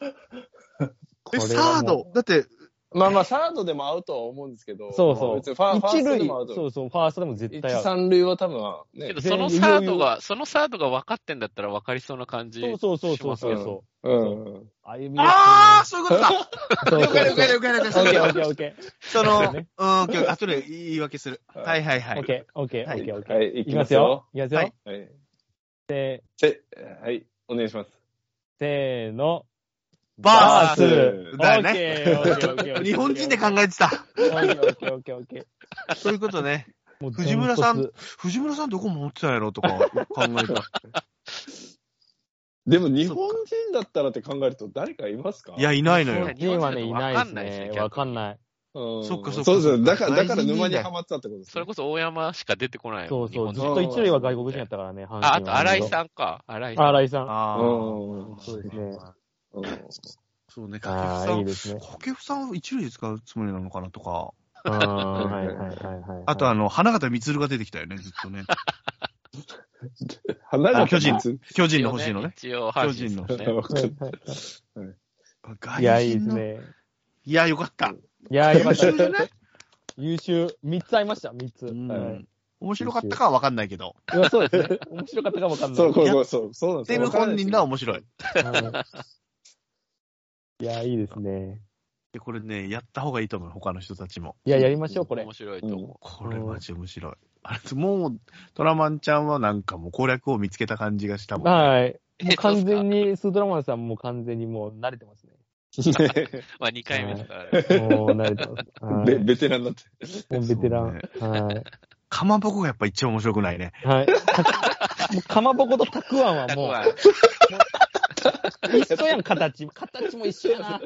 Speaker 2: こ
Speaker 1: え、
Speaker 2: れ
Speaker 1: サ
Speaker 2: は
Speaker 1: ー
Speaker 2: もう
Speaker 1: ドだって、
Speaker 3: まあまあ、サードでも合うとは思うんですけど、
Speaker 2: そうそう
Speaker 3: まあ別にファーファー
Speaker 2: 一
Speaker 3: ストで
Speaker 2: 塁、
Speaker 3: も合うと思う
Speaker 2: そうそう、ファーストでも絶
Speaker 3: 一、
Speaker 2: 対合う。
Speaker 3: 三塁は多分は
Speaker 4: け
Speaker 3: ね。
Speaker 4: ど、そのサードが、そのサードが分かってんだったら分かりそうな感じ。
Speaker 2: そうそうそうそうそう
Speaker 3: します
Speaker 2: そう。
Speaker 3: うん。
Speaker 2: 歩み
Speaker 1: あー、
Speaker 2: あ
Speaker 1: そういうことか
Speaker 2: そう
Speaker 1: 了
Speaker 2: そう
Speaker 1: 解
Speaker 2: そ
Speaker 1: 了解
Speaker 2: う。
Speaker 1: 了解了解
Speaker 2: オ
Speaker 1: そ
Speaker 2: ッ
Speaker 1: れ
Speaker 2: ケーオ
Speaker 1: は
Speaker 2: ッケーオッケ
Speaker 1: その、
Speaker 2: そううんね、
Speaker 1: OK 後で言い訳する。
Speaker 3: は
Speaker 1: はいいはいは
Speaker 2: ー。オッ
Speaker 1: い。
Speaker 2: ケーオッケーオ
Speaker 1: はい
Speaker 2: ッケーオッケ
Speaker 3: は
Speaker 2: ー。
Speaker 3: い、
Speaker 2: い
Speaker 3: い
Speaker 2: き
Speaker 3: き
Speaker 2: ま
Speaker 3: ますす
Speaker 2: よ
Speaker 3: よ。。
Speaker 2: いきますよ。
Speaker 1: はい
Speaker 3: はい。
Speaker 2: せ
Speaker 3: せはい、お願いします。
Speaker 2: せーの。
Speaker 1: バ
Speaker 3: ース
Speaker 1: だよね
Speaker 2: ね。オッケーオッケーオッケーオッケー
Speaker 1: 日本人で考えてた。
Speaker 2: オッケーオッケーオッケーオッケー。
Speaker 1: そういうことね。
Speaker 2: もう
Speaker 1: 藤村さん
Speaker 2: ダントツ
Speaker 1: 藤村さんどこ持ってたんやろとか考えた。
Speaker 3: でも日本人だったらって考えると誰かいますか
Speaker 1: いや、、いないのよ。
Speaker 2: 日本人はね、いないです
Speaker 4: わかんないです
Speaker 2: ね。
Speaker 4: ね
Speaker 2: わかんない。
Speaker 3: うん、
Speaker 1: そっかそっか
Speaker 3: そうそう。だから、だから
Speaker 1: 外人
Speaker 3: 沼
Speaker 1: だ
Speaker 3: に
Speaker 1: よ
Speaker 3: ハマったってことです
Speaker 4: それ
Speaker 3: ね。
Speaker 4: こそ大山しか出てこない
Speaker 2: そ
Speaker 4: もん。
Speaker 2: うそう。
Speaker 4: 日
Speaker 2: ずっ
Speaker 4: 本人
Speaker 2: と一塁は外国人やったからね。
Speaker 4: あ、あと、新井
Speaker 2: ん。
Speaker 4: さんか。新井さん。
Speaker 2: 新井さん。
Speaker 1: あ
Speaker 3: うん
Speaker 1: ー
Speaker 2: そうですね。
Speaker 3: うん
Speaker 1: そうね、掛布
Speaker 2: あ
Speaker 1: さ
Speaker 2: あ、いい
Speaker 1: ん。
Speaker 2: ですね。
Speaker 1: 掛布さんを一塁で使うつもりなのかなとか。
Speaker 2: ああ、はいはいはいはい。
Speaker 1: あと、あの、花形光が出てきたよね、ずっと ね。
Speaker 3: 花が
Speaker 1: 巨 人巨人の星のね。
Speaker 4: 一応、阪神
Speaker 3: わ
Speaker 4: ですね。
Speaker 3: か
Speaker 1: 外
Speaker 3: んない
Speaker 2: いや、いいで
Speaker 1: 人
Speaker 2: す
Speaker 1: の。
Speaker 2: ね。
Speaker 1: いや、よかった。
Speaker 2: いや、よ
Speaker 1: 優
Speaker 2: かった
Speaker 1: 秀。じゃない
Speaker 2: 優秀。三つ合いました、三 つ。
Speaker 1: う
Speaker 2: は
Speaker 1: ん面白かったかは分かんないけど。
Speaker 2: い。いや、そうですね。面白かったかもわかんない。
Speaker 3: そう、こうそう、そう、そうなん
Speaker 1: てる
Speaker 3: わかんな
Speaker 1: 本
Speaker 3: いです
Speaker 1: 人
Speaker 3: よ
Speaker 1: が面白い。
Speaker 2: はいいや、いいですね。
Speaker 1: で、これね、やった方がいいと思う、他の人たちも。
Speaker 2: いや、やりましょう、これ
Speaker 4: 面。白いと思う。
Speaker 1: これマジ面白い。あれ、もう、トラマンちゃんはなんかもう攻略を見つけた感じがしたもん、ね。
Speaker 2: はい。
Speaker 4: え
Speaker 2: もう完全に、スードラマンさんも完全にもう慣れてますね。
Speaker 4: まあ、2回目だからあれ。
Speaker 2: もう慣れてます。は
Speaker 3: べ
Speaker 2: い。
Speaker 3: ベテランになって。
Speaker 2: もうベテラ
Speaker 1: そう
Speaker 2: ン
Speaker 1: ね。
Speaker 2: はい。
Speaker 1: かまぼこがやっぱ一番面白くないね。
Speaker 2: はい。たもうかまぼことたくあんはも
Speaker 4: は
Speaker 2: う、一緒やん、形。形も一緒やな。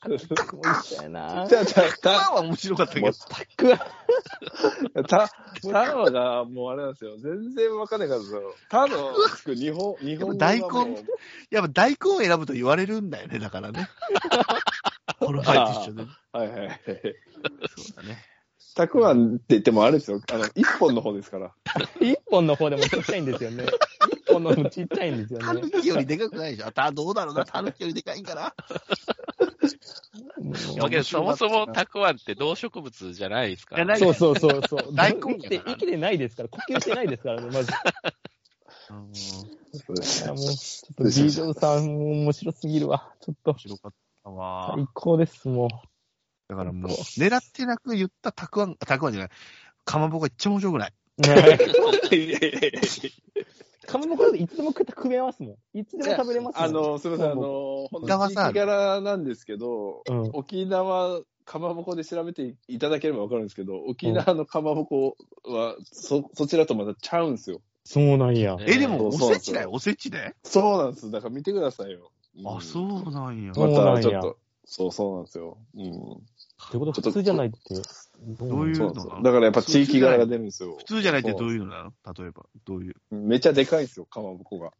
Speaker 2: 形も一緒やな。
Speaker 3: じゃあ、じゃあ、
Speaker 1: か
Speaker 3: た、
Speaker 1: まは面白かったけど。
Speaker 2: たくあん。
Speaker 3: た、タロがもうあれなんですよ。全然わかんないからですよ。タロ、日本、日本語がもう
Speaker 1: 大根やっぱ大根を選ぶと言われるんだよね、だからね。この前と一緒で。
Speaker 3: はいはいはい。
Speaker 1: そうだね。
Speaker 3: たくあんって言ってもあれですよ。あの、一本の方ですから。
Speaker 2: 一本の方でもちっちゃいんですよね。一本の方もちっちゃいんですよ
Speaker 1: タ
Speaker 2: ね
Speaker 1: ヌ。キよりでかくないでしょ。あたどうだろうな、タヌキよりでかいんかな。
Speaker 4: だけど、そもそもたくあんって動植物じゃないですから、
Speaker 1: じゃな
Speaker 2: そう
Speaker 1: い
Speaker 2: そうそうそう。
Speaker 1: 大
Speaker 2: 生
Speaker 1: 根
Speaker 2: き
Speaker 1: や
Speaker 2: て、
Speaker 1: から
Speaker 2: 生きてないですから、呼吸してないですからね、まず。
Speaker 1: うん面
Speaker 3: そうです
Speaker 2: いやもう、ちょっと D ジョーさんも面白すぎるわ。ちょっと、
Speaker 1: 白かったわ。
Speaker 2: 最高です、もう。
Speaker 1: だからもう、狙ってなく言ったたくあん、たくあんじゃない。かまぼこが一番面白くない。
Speaker 3: いやいやいやいや
Speaker 2: かまぼこだといつでも食った組み合わすもん。いつでも食べれますもん。
Speaker 3: あ、の、すみません、あの、本当に地域柄なんですけど、
Speaker 2: うん。
Speaker 3: 沖縄かまぼこで調べていただければわかるんですけど、沖縄のかまぼこは、そ、そちらとまたちゃうんですよ。
Speaker 2: そうなんや。
Speaker 1: え、でも、
Speaker 3: そう
Speaker 1: おせちだよ、おせちで。
Speaker 3: そうなんです。だから見てくださいよ。
Speaker 1: あ、そうなんや。
Speaker 2: そ
Speaker 3: ま
Speaker 2: うなんや
Speaker 3: たちょっと、そうそうなんですよ。うん。
Speaker 2: ってこと
Speaker 3: ちょっと
Speaker 2: 普通じゃないって。
Speaker 1: どういう
Speaker 3: そう
Speaker 1: の
Speaker 3: なんです
Speaker 1: な
Speaker 3: よ
Speaker 1: の
Speaker 3: だからやっぱ地域柄が出るんですよ
Speaker 1: 普。通じゃないってどういうのなの例えば、どういう。
Speaker 3: めっちゃでかいんですよ、かまぼこが。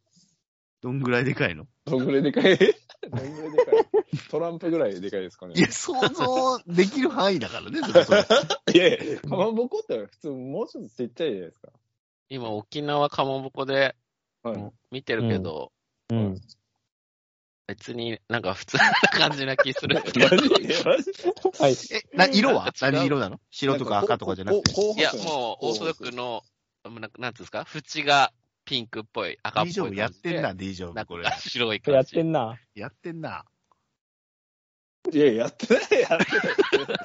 Speaker 1: どんぐらいでかいの
Speaker 3: どんぐらいでかいどんぐらいでかいトランプぐらいでかいですかね
Speaker 1: い。や、想像できる範囲だからね、でも それ
Speaker 3: いやいや、かまぼこって普通もうちょっとちっちゃいじゃないですか。
Speaker 4: 今、沖縄かまぼこで
Speaker 3: はい。
Speaker 4: 見てるけど、
Speaker 2: うん。
Speaker 4: 別になんか普通な感じな気する。
Speaker 2: はい。
Speaker 1: え、な、色は
Speaker 4: 違う
Speaker 1: 何色なの白とか赤とかじゃなくて。
Speaker 3: て
Speaker 4: いや、もう、オーソドックスの、ななんていうんですか、縁がピンクっぽい、赤っぽ
Speaker 1: 大
Speaker 4: い
Speaker 1: 丈夫、やってんな、
Speaker 4: な。
Speaker 1: 大丈
Speaker 4: な
Speaker 1: 夫、
Speaker 4: ん
Speaker 1: これ
Speaker 4: か。白い
Speaker 2: や
Speaker 4: 感
Speaker 2: っ
Speaker 4: じ
Speaker 2: て。んな。
Speaker 1: やってんな。
Speaker 3: いや、やってない、やってない。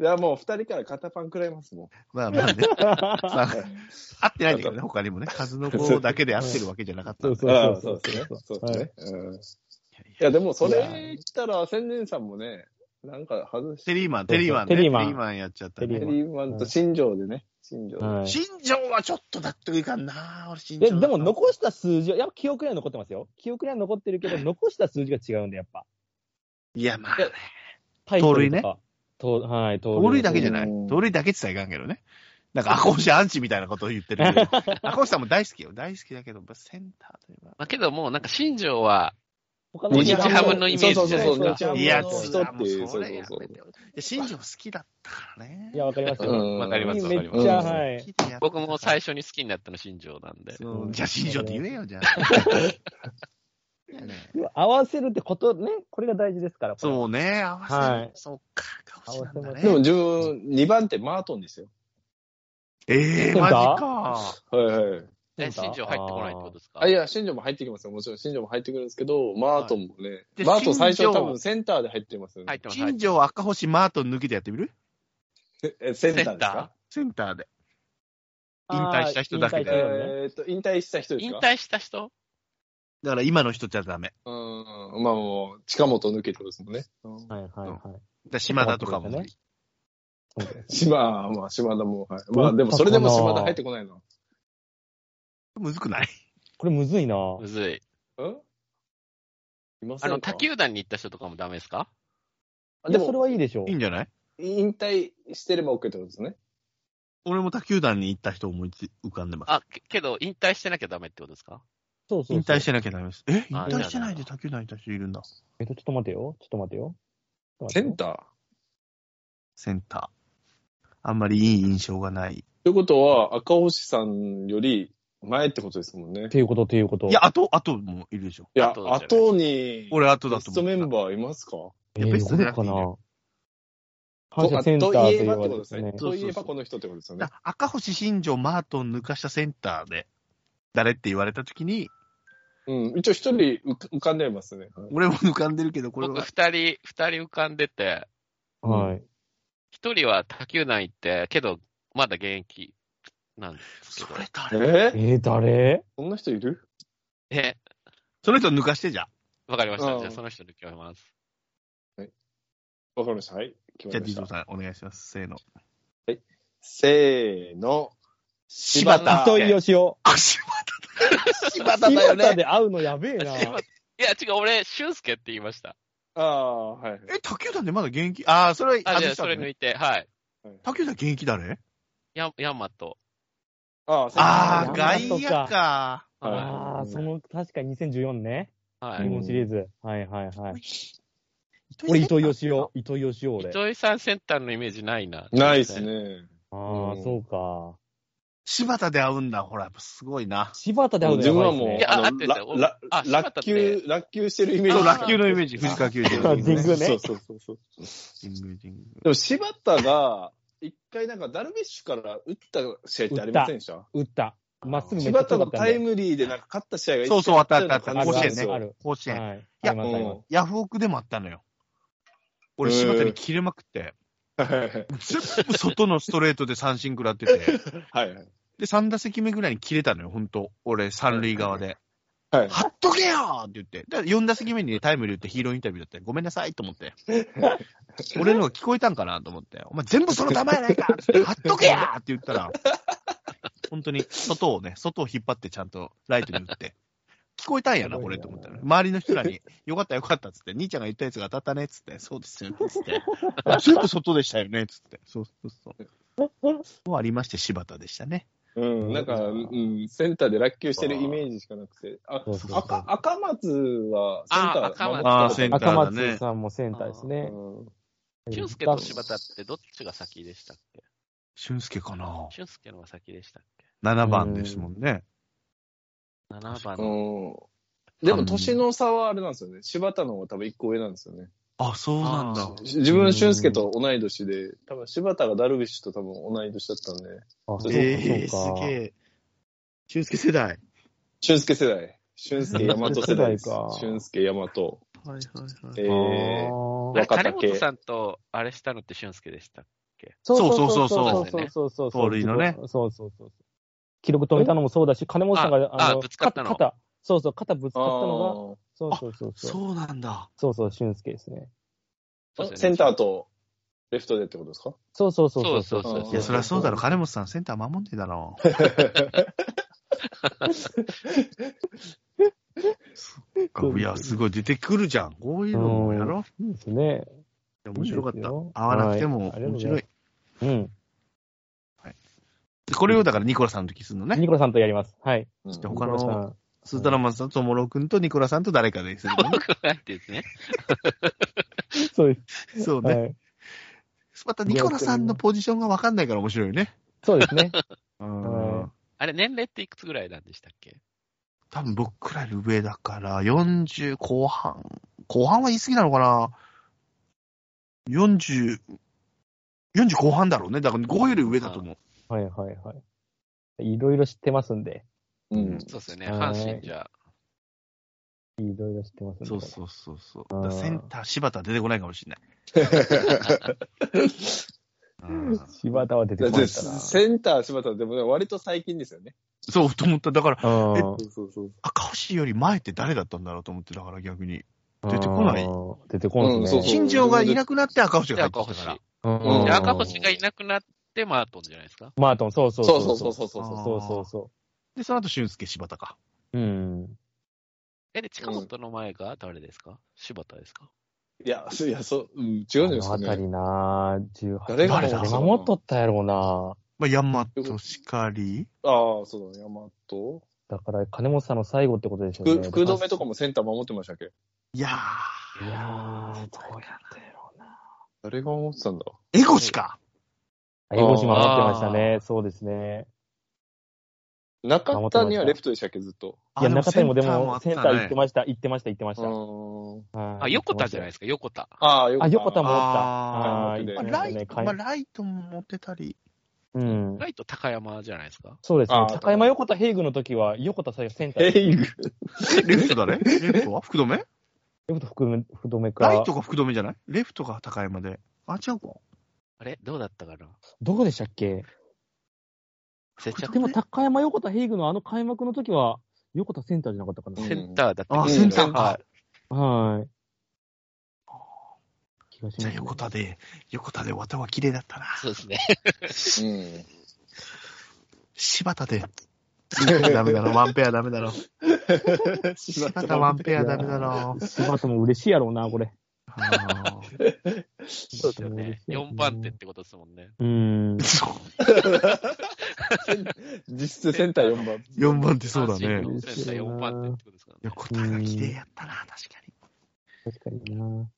Speaker 3: いや、もう二人から肩パン食らいますもん。
Speaker 1: まあまあね。まあ合ってないんだけどね、他にもね。数の子だけで合ってるわけじゃなかったんだ
Speaker 2: そう
Speaker 3: あ
Speaker 2: そ
Speaker 3: あ
Speaker 2: う
Speaker 3: そうですね。そうですね。うんい
Speaker 1: い
Speaker 3: や、でもそれ言ったら、千年さんもね、なんか外して、
Speaker 1: テリーマン、テリーマンね。
Speaker 2: テリーマン
Speaker 1: やっちゃったね
Speaker 2: テ
Speaker 3: テ。
Speaker 2: リーマン
Speaker 3: リーマンと新庄でね、新庄で。
Speaker 2: はい
Speaker 1: 新庄はちょっと納得いかんな俺新庄。
Speaker 2: え、でも残した数字は、やっぱ記憶には残ってますよ。記憶には残ってるけど、残した数字が違うんで、やっぱ。
Speaker 1: いや、まあ、
Speaker 2: タイトルとか。盗塁ね。はい、盗
Speaker 1: 盗塁だけじゃな
Speaker 3: うん
Speaker 1: い。盗塁だけって言ったらいかんけどね。なんか、赤星アンチみたいなことを言ってるけど。赤星さんも大好きよ。大好きだけど、センターといえば。
Speaker 4: まあ、けどもう、なんか新庄は、
Speaker 2: 他
Speaker 4: 日ハムのイメージ
Speaker 3: そう
Speaker 4: じ
Speaker 3: そ
Speaker 4: ゃ
Speaker 3: う
Speaker 4: ないです
Speaker 3: そうそう、
Speaker 4: か
Speaker 3: 日ハム
Speaker 1: いや、
Speaker 3: の
Speaker 1: もう
Speaker 3: 人っていう、
Speaker 1: そ
Speaker 3: そう
Speaker 1: れ
Speaker 3: そう
Speaker 1: や
Speaker 3: そう
Speaker 1: め。てよ。いや、新庄好きだったからね。
Speaker 2: いや、わかりますよ。
Speaker 3: うん
Speaker 4: わかります、わかりま
Speaker 2: めっ
Speaker 4: す
Speaker 2: ち。ゃはい
Speaker 1: 好きでやってた
Speaker 4: 僕も最初に好きになったの新庄なんで。
Speaker 1: そうじゃあ、新庄って言えよ、じゃあ。いやね
Speaker 2: 合わせるってことね、これが大事ですから。これ
Speaker 1: そうね、合わせる。
Speaker 2: はい
Speaker 1: そっか、顔しなんだね。
Speaker 3: でも自分、2番手マートンですよ。
Speaker 1: ええー、マジか。
Speaker 3: はいはい。
Speaker 4: え、新庄入ってこないってことですか
Speaker 3: あいや、新庄も入ってきますよ。もちろん新庄も入ってくるんですけど、マートンもね。
Speaker 1: で
Speaker 3: マートン最初
Speaker 1: 新庄
Speaker 3: 多分センターで入ってますよ
Speaker 4: 入
Speaker 3: ね
Speaker 4: っ。てます。入
Speaker 1: 新
Speaker 4: ってます
Speaker 1: 庄、赤星、マートン抜きでやってみる
Speaker 3: えセンタ
Speaker 4: セ
Speaker 3: ーで
Speaker 4: ンタ
Speaker 3: すか
Speaker 1: センターで。
Speaker 2: あー
Speaker 1: 引退した人だけ
Speaker 2: 引退
Speaker 1: で
Speaker 2: した人ね
Speaker 3: えーっと、引退した人です
Speaker 4: 引
Speaker 3: か
Speaker 4: 退した人
Speaker 1: だから今の人じゃダメ。
Speaker 3: うん。まあもう、近本抜けってことですもんね。うん
Speaker 2: はいはいはい。
Speaker 1: だから島田とかも無理。
Speaker 3: 島、まあ島田も、はい。まあでもそれでも島田入ってこないの。
Speaker 1: むずくない
Speaker 2: これむずいな
Speaker 4: むずい。
Speaker 3: うんいませ
Speaker 4: あ
Speaker 3: んか
Speaker 4: の、他球団に行った人とかもダメですか
Speaker 3: あ
Speaker 2: で
Speaker 3: で
Speaker 2: もそれ
Speaker 3: も、
Speaker 2: はいいでしょう
Speaker 1: いい。んじゃない
Speaker 3: 引退してれば OK ってことですね。
Speaker 1: 俺も他球団に行った人思いつ浮かんでます。
Speaker 4: あ、けけど、引退してなきゃダメってことですか
Speaker 2: そうそうそう。
Speaker 1: 引退してなきゃダメです。え引
Speaker 4: あ
Speaker 1: 退してないで他球団にいた人いるんだ。
Speaker 2: えっと、ちょっと待てよ。ちょっと待てよ。ちょっと
Speaker 3: セ
Speaker 2: 待てよ
Speaker 3: ンター
Speaker 1: センター。あんまりいい印象がない。
Speaker 3: ということは、赤星さんより前ってことですもんね
Speaker 2: っ。ていうこと、っていうこと。
Speaker 1: いや、あと、あともいるでしょ。
Speaker 3: いや、
Speaker 4: 後じゃない
Speaker 3: 後に、
Speaker 1: 俺、あとだ
Speaker 3: ベ
Speaker 1: と
Speaker 3: スト
Speaker 1: 思
Speaker 3: メ
Speaker 1: う
Speaker 3: ン。バーいますか
Speaker 2: え
Speaker 1: いやベ
Speaker 2: ー、
Speaker 1: ス
Speaker 2: ど
Speaker 1: トじゃな
Speaker 2: れ
Speaker 1: くて
Speaker 2: か
Speaker 1: いいね
Speaker 2: な
Speaker 3: と
Speaker 2: 反射センターと
Speaker 3: あ
Speaker 2: い
Speaker 3: といえば
Speaker 2: う
Speaker 3: ってこと
Speaker 2: で
Speaker 3: です
Speaker 2: す
Speaker 3: ね
Speaker 2: ね。。
Speaker 3: といえばこの人ってことですよね
Speaker 1: だ。から赤星、新庄、マートン抜かしたセンターで、誰って言われたときに、
Speaker 3: うん、一応一人浮か浮かんでますね。はい
Speaker 1: 俺も浮かんでるけど、これ
Speaker 4: 僕
Speaker 1: は。
Speaker 4: 二人、二人浮かんでて、
Speaker 2: はい。
Speaker 4: 一人は他球団行って、けど、まだ現役なんです
Speaker 1: そ
Speaker 4: けど
Speaker 1: れ。誰
Speaker 3: えー
Speaker 2: えー、誰
Speaker 3: そんな人いる
Speaker 4: え、
Speaker 1: その人抜かしてじゃあ。
Speaker 4: わかりまし
Speaker 3: う
Speaker 4: た。
Speaker 3: ん
Speaker 4: じゃあその人抜きます。
Speaker 3: わかりました。はい。決
Speaker 1: じゃあ、
Speaker 3: まりまし
Speaker 1: DJ
Speaker 3: た。
Speaker 1: さん、お願いします。せーの。
Speaker 3: せーの。
Speaker 4: 柴田
Speaker 2: 糸井義雄。
Speaker 1: あ、柴田柴
Speaker 2: 柴田。で会うのやべえな。
Speaker 4: 柴田いや、違う、俺、俊介って言いました。
Speaker 3: ああ、はい。
Speaker 1: え、他球団でまだ現役ああ、それ
Speaker 4: あ、じ
Speaker 1: 外し
Speaker 4: ゃあ
Speaker 1: た
Speaker 4: そ
Speaker 1: ん
Speaker 4: れ
Speaker 1: だ
Speaker 4: 抜
Speaker 1: ね。
Speaker 4: いて、はい。
Speaker 1: 他球団現役誰
Speaker 4: や、ヤマト。
Speaker 3: ああ、
Speaker 1: あ
Speaker 2: ー
Speaker 1: あ、
Speaker 2: ガ
Speaker 1: 外
Speaker 2: イ
Speaker 1: 野か。
Speaker 3: は
Speaker 2: ああ、その、確か2014ね。
Speaker 4: は
Speaker 2: 日
Speaker 4: い。
Speaker 2: 本シリーズ。はいはいはい。
Speaker 1: 俺
Speaker 2: 俺、糸井義雄。糸井義雄俺。
Speaker 4: 糸井さんセンターのイメージないな。
Speaker 3: い。ないです。ね。
Speaker 2: あ
Speaker 3: う
Speaker 2: あ、
Speaker 3: ん
Speaker 2: そうか。
Speaker 1: 柴田で会うんだ。ほら、やっぱすごいな。
Speaker 2: 柴田で会うの
Speaker 3: 自
Speaker 2: や
Speaker 3: 分
Speaker 2: ば
Speaker 3: は
Speaker 2: で
Speaker 3: い
Speaker 2: す
Speaker 3: も
Speaker 2: ね
Speaker 3: う、
Speaker 4: い。や
Speaker 3: あ
Speaker 4: 合って
Speaker 3: の、
Speaker 4: る
Speaker 3: ら
Speaker 4: 俺
Speaker 3: ら
Speaker 4: あ柴田っ
Speaker 3: 落
Speaker 4: て
Speaker 3: 球、落球してるイメー
Speaker 1: そ
Speaker 3: ジ。
Speaker 1: う、落球のイメージ。藤川球場。
Speaker 2: 神宮ね
Speaker 3: そうそうそうそう。
Speaker 1: 神宮神宮
Speaker 3: でも柴田が、一回なんかダルビッシュから打った試合ってありませんでした
Speaker 2: 打った。まっすぐめっちゃ
Speaker 3: 柴田
Speaker 2: 強か
Speaker 3: の
Speaker 2: った
Speaker 3: タイムリーでなんか勝った試合が
Speaker 1: そうそう、あったあったあっ
Speaker 3: 一
Speaker 1: た。
Speaker 2: あ
Speaker 3: 回あ
Speaker 2: る
Speaker 1: 甲子
Speaker 3: ったような感
Speaker 1: 園
Speaker 3: じ
Speaker 1: ね
Speaker 2: ある。
Speaker 1: 甲子園。
Speaker 2: はい。
Speaker 1: や
Speaker 2: ありますあり
Speaker 3: う
Speaker 2: ま
Speaker 3: ん
Speaker 2: す
Speaker 1: ヤフオクでもあったのよ。俺、
Speaker 3: へー
Speaker 1: 柴田に切れまくって、
Speaker 3: は
Speaker 1: 全部外のストレートで三振食らってて、
Speaker 3: いはい。
Speaker 1: で、3打席目ぐらいに切れたのよ、ほんと。俺、三塁側で。
Speaker 3: はい。
Speaker 1: はっとけよーって言って。で、4打席目にねタイムリー打ってヒーローインタビューだったよごめんなさいと思って。俺のが聞こえたんかなと思って。お前全部その球やないかっつって、はっとけやーって言ったら、本当に外をね、外を引っ張ってちゃんとライトに打って。聞こえたんやな、これと思ったら。周りの人らに、よかったよかったっつって、兄ちゃんが言ったやつが当たったねっつって、そうですよねっつって。あ全部外でしたよねっつって。そうそうそう。もうありまして、柴田でしたね。
Speaker 3: うん、なんか、うん、センターで落球してるイメージしかなくて。あ
Speaker 2: そうそうそう
Speaker 3: 赤赤松はセンター
Speaker 4: あ赤松
Speaker 1: あーセンター
Speaker 2: 赤
Speaker 1: だね
Speaker 2: 松さんもセンターですね。
Speaker 4: 俊介と柴田ってどっちが先でしたっけ
Speaker 1: 俊介かな
Speaker 4: 俊介の方が先でしたっけ
Speaker 1: 7番ですもんね。
Speaker 4: ?7 番
Speaker 3: う
Speaker 4: の。
Speaker 3: ん。でも年の差はあれなんですよね。柴田の方が多分一個上なんですよね。
Speaker 1: あ、そうなんだ
Speaker 4: あ。
Speaker 3: 自分、俊介と同い年で、多分柴田がダルビッシュと多分同い年だったんで、
Speaker 2: あ、そうか
Speaker 1: ええ
Speaker 2: そう
Speaker 1: ー、
Speaker 2: か
Speaker 1: すげえ。俊介世代。はい
Speaker 3: 俊介世代。俊介大和世代です
Speaker 2: 世代か。
Speaker 3: 俊介大和。
Speaker 1: はいはい。
Speaker 3: え
Speaker 2: あー
Speaker 3: ー、
Speaker 4: あれ
Speaker 3: 若竹
Speaker 4: 金本さんと、あれしたのって俊介でした。
Speaker 2: そう
Speaker 1: そ
Speaker 2: そう
Speaker 1: そそ
Speaker 2: うそううそううそうそうそ
Speaker 1: 盗
Speaker 2: う。
Speaker 1: 塁のね。
Speaker 2: そうそうそう。記録止めたのもそうだし、金本さんが、
Speaker 4: あぶつかったの
Speaker 2: 肩、そうそう、肩ぶつ
Speaker 3: あ
Speaker 2: かったのが、
Speaker 3: ー
Speaker 2: そうそうそう。そう
Speaker 1: そうなんだ。
Speaker 2: そうそう、俊介ですね。
Speaker 4: そうですよね
Speaker 3: センターとレフトでってことですか
Speaker 2: そうそうそうそう。
Speaker 4: そうそう
Speaker 3: そう
Speaker 1: いや、そりゃそうだろ。金本さん、センター守ってたろ。
Speaker 2: そう
Speaker 1: いや、すごい。出てくるじゃん。こういうのもやろ。
Speaker 2: いいですね。
Speaker 1: 面白かった。
Speaker 2: いいですよ
Speaker 1: 合わなくても
Speaker 2: はいありがとう
Speaker 1: 面
Speaker 2: ござい
Speaker 1: 白
Speaker 2: ま
Speaker 1: い。
Speaker 2: うん。
Speaker 1: これをだからニコラさんの時するのね。
Speaker 2: ニコラさんとやります。はい。
Speaker 3: うん
Speaker 1: じゃあ他の
Speaker 2: ニコラさん
Speaker 1: スータラマンさんともろくんとニコラさんと誰かでするのね。
Speaker 4: 僕なんてですね。
Speaker 2: そうで
Speaker 1: そう
Speaker 2: す。は
Speaker 1: ね。
Speaker 2: い。
Speaker 1: またニコラさんのポジションがわかんないから面白いよね。
Speaker 2: そうですね。
Speaker 1: うん
Speaker 2: はい
Speaker 4: あれ、年齢っていくつぐらいなんでしたっけ
Speaker 1: 多分僕くらいの上だから、40後半、後半は言い過ぎなのかな ?40、40後半だろうね。だから5より上だと思う。
Speaker 2: はいはいはい。いろいろ知ってますんで。
Speaker 3: うん。
Speaker 4: そうですよね。
Speaker 2: はい
Speaker 4: 阪神じゃ。
Speaker 2: いろいろ知ってますんで。
Speaker 1: そうそうそうそう。だからセンター、柴田出てこないかもしれない。うん
Speaker 2: 柴田は出てこな
Speaker 3: で
Speaker 2: いか
Speaker 3: センター柴田でもね割と最近ですよね。
Speaker 1: そう、と思った。だから、
Speaker 2: ら。うん
Speaker 3: そうそうそう。
Speaker 1: 赤星より前って誰だったんだろうと思って、だから逆に。出てこない
Speaker 2: うん。出てこないです
Speaker 3: うん
Speaker 2: ね。
Speaker 1: 新庄がいなくなって赤星
Speaker 4: で、
Speaker 1: が
Speaker 4: 赤
Speaker 1: 入ってき
Speaker 4: 星
Speaker 1: た。から。
Speaker 3: うん
Speaker 4: で、
Speaker 3: うん
Speaker 4: 赤星がいなくなって、マートンじゃないですか。
Speaker 2: マートン、そうそう
Speaker 3: そうそうそう
Speaker 2: そう
Speaker 3: そうそうそう。
Speaker 2: そうそうそ
Speaker 1: で、その後、俊介、柴田か。
Speaker 2: う。うん。
Speaker 4: え、で、近本の前が誰ですか柴田ですか
Speaker 3: いや、そういや、そう、うん、違うんじゃ
Speaker 2: あ
Speaker 3: ないで
Speaker 2: の
Speaker 3: すか
Speaker 2: あたり
Speaker 3: ね。
Speaker 2: なぁ、18
Speaker 3: 誰
Speaker 1: が
Speaker 2: 誰が守っとったやろうな
Speaker 1: まあ、山としかり。
Speaker 3: ああ、そうだね、山と。
Speaker 2: だから、金本さんの最後ってことでしょう
Speaker 3: 福
Speaker 2: ね。
Speaker 3: 福留とかもセンター守ってましたっけ
Speaker 1: いや
Speaker 2: いやー、どうやったやろうな
Speaker 3: 誰が守ってたんだ
Speaker 1: ー、エゴシか。
Speaker 2: あ江越守ってましたね。そうですね。
Speaker 3: 中田にはレフトでしたっけ、ずっと。
Speaker 2: いや、中田にもでも、センター行って
Speaker 1: し
Speaker 2: ました、行ってました、行ってまし
Speaker 3: う
Speaker 2: た。
Speaker 3: ーん。
Speaker 2: あ
Speaker 4: あ、横田じゃない
Speaker 2: い
Speaker 4: ですか、横田。
Speaker 3: ああ、よ
Speaker 2: あ、横田
Speaker 1: も
Speaker 2: も
Speaker 1: お
Speaker 2: お
Speaker 1: っ
Speaker 2: ったた。
Speaker 1: あ
Speaker 2: は
Speaker 3: ー
Speaker 2: い
Speaker 1: まあ、
Speaker 3: ま
Speaker 1: ライト、まあ、ライトも持ってたり。
Speaker 2: うん。
Speaker 4: ライト高山じゃないですか。
Speaker 2: そうですね
Speaker 3: あ。ー
Speaker 2: 高山横田平具の時は、横田最初センターで、
Speaker 3: ヘイグ。
Speaker 1: レフト 誰レフトは福留
Speaker 2: 横田福留福留か。
Speaker 1: ライトが福留じゃないレフトが高山で。あ、違うか。
Speaker 4: あれどうだったかな
Speaker 2: どこでしたっけ
Speaker 4: 接着
Speaker 2: でも高山横田平具のあの開幕の時は、横田センターじゃなかったか
Speaker 3: う
Speaker 2: な。
Speaker 4: センターだった
Speaker 1: あ、
Speaker 3: うん
Speaker 1: センター
Speaker 4: は
Speaker 1: か
Speaker 4: い。
Speaker 2: はい。気がします
Speaker 1: じゃ
Speaker 2: ね
Speaker 1: あ横田で、横田で綿は綺麗だったな。
Speaker 4: そうですね。
Speaker 3: うん。
Speaker 1: 柴田で。ダメだろ、ワンペアダメだろ。柴田ワンペアダメだろ。
Speaker 2: 柴田も嬉しいやろうな、これ。
Speaker 1: あー
Speaker 4: そうですよね。4番手ってことですもんね。
Speaker 2: うん。
Speaker 3: 実質センター4番。
Speaker 1: 4番手そうだね。
Speaker 4: 阪神のセンター4番手ってことですからね。
Speaker 1: 横田が綺麗やったな、確かに。
Speaker 2: 確かにな。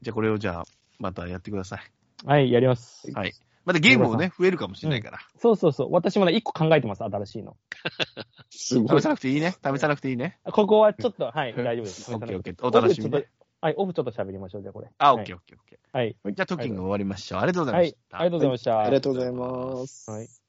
Speaker 1: じゃあこれをじゃあ、またやってください。
Speaker 2: はい、やります。
Speaker 1: はい。またゲームもね、増えるかもしれないから。
Speaker 2: そうそうそう。私まだ1個考えてます、新しいの。
Speaker 3: すご
Speaker 1: 試
Speaker 3: い
Speaker 1: さ。なくていいね。試さなくていいね。
Speaker 2: ここはちょっと、はい、大丈夫です。
Speaker 1: オッケーオッケー。お楽しみ
Speaker 2: オフちょっ
Speaker 1: に
Speaker 2: と。はい、オフちょっと喋りましょう、じゃあこれ。
Speaker 1: あ、オッケーオッケーオッケ
Speaker 2: はい。
Speaker 1: ー。じゃあトッキング終わりましょう。ありがとうござ
Speaker 2: はい
Speaker 1: ま
Speaker 2: い
Speaker 1: し、た。
Speaker 2: ありがとうございました。
Speaker 5: ありがとうございます。
Speaker 2: はい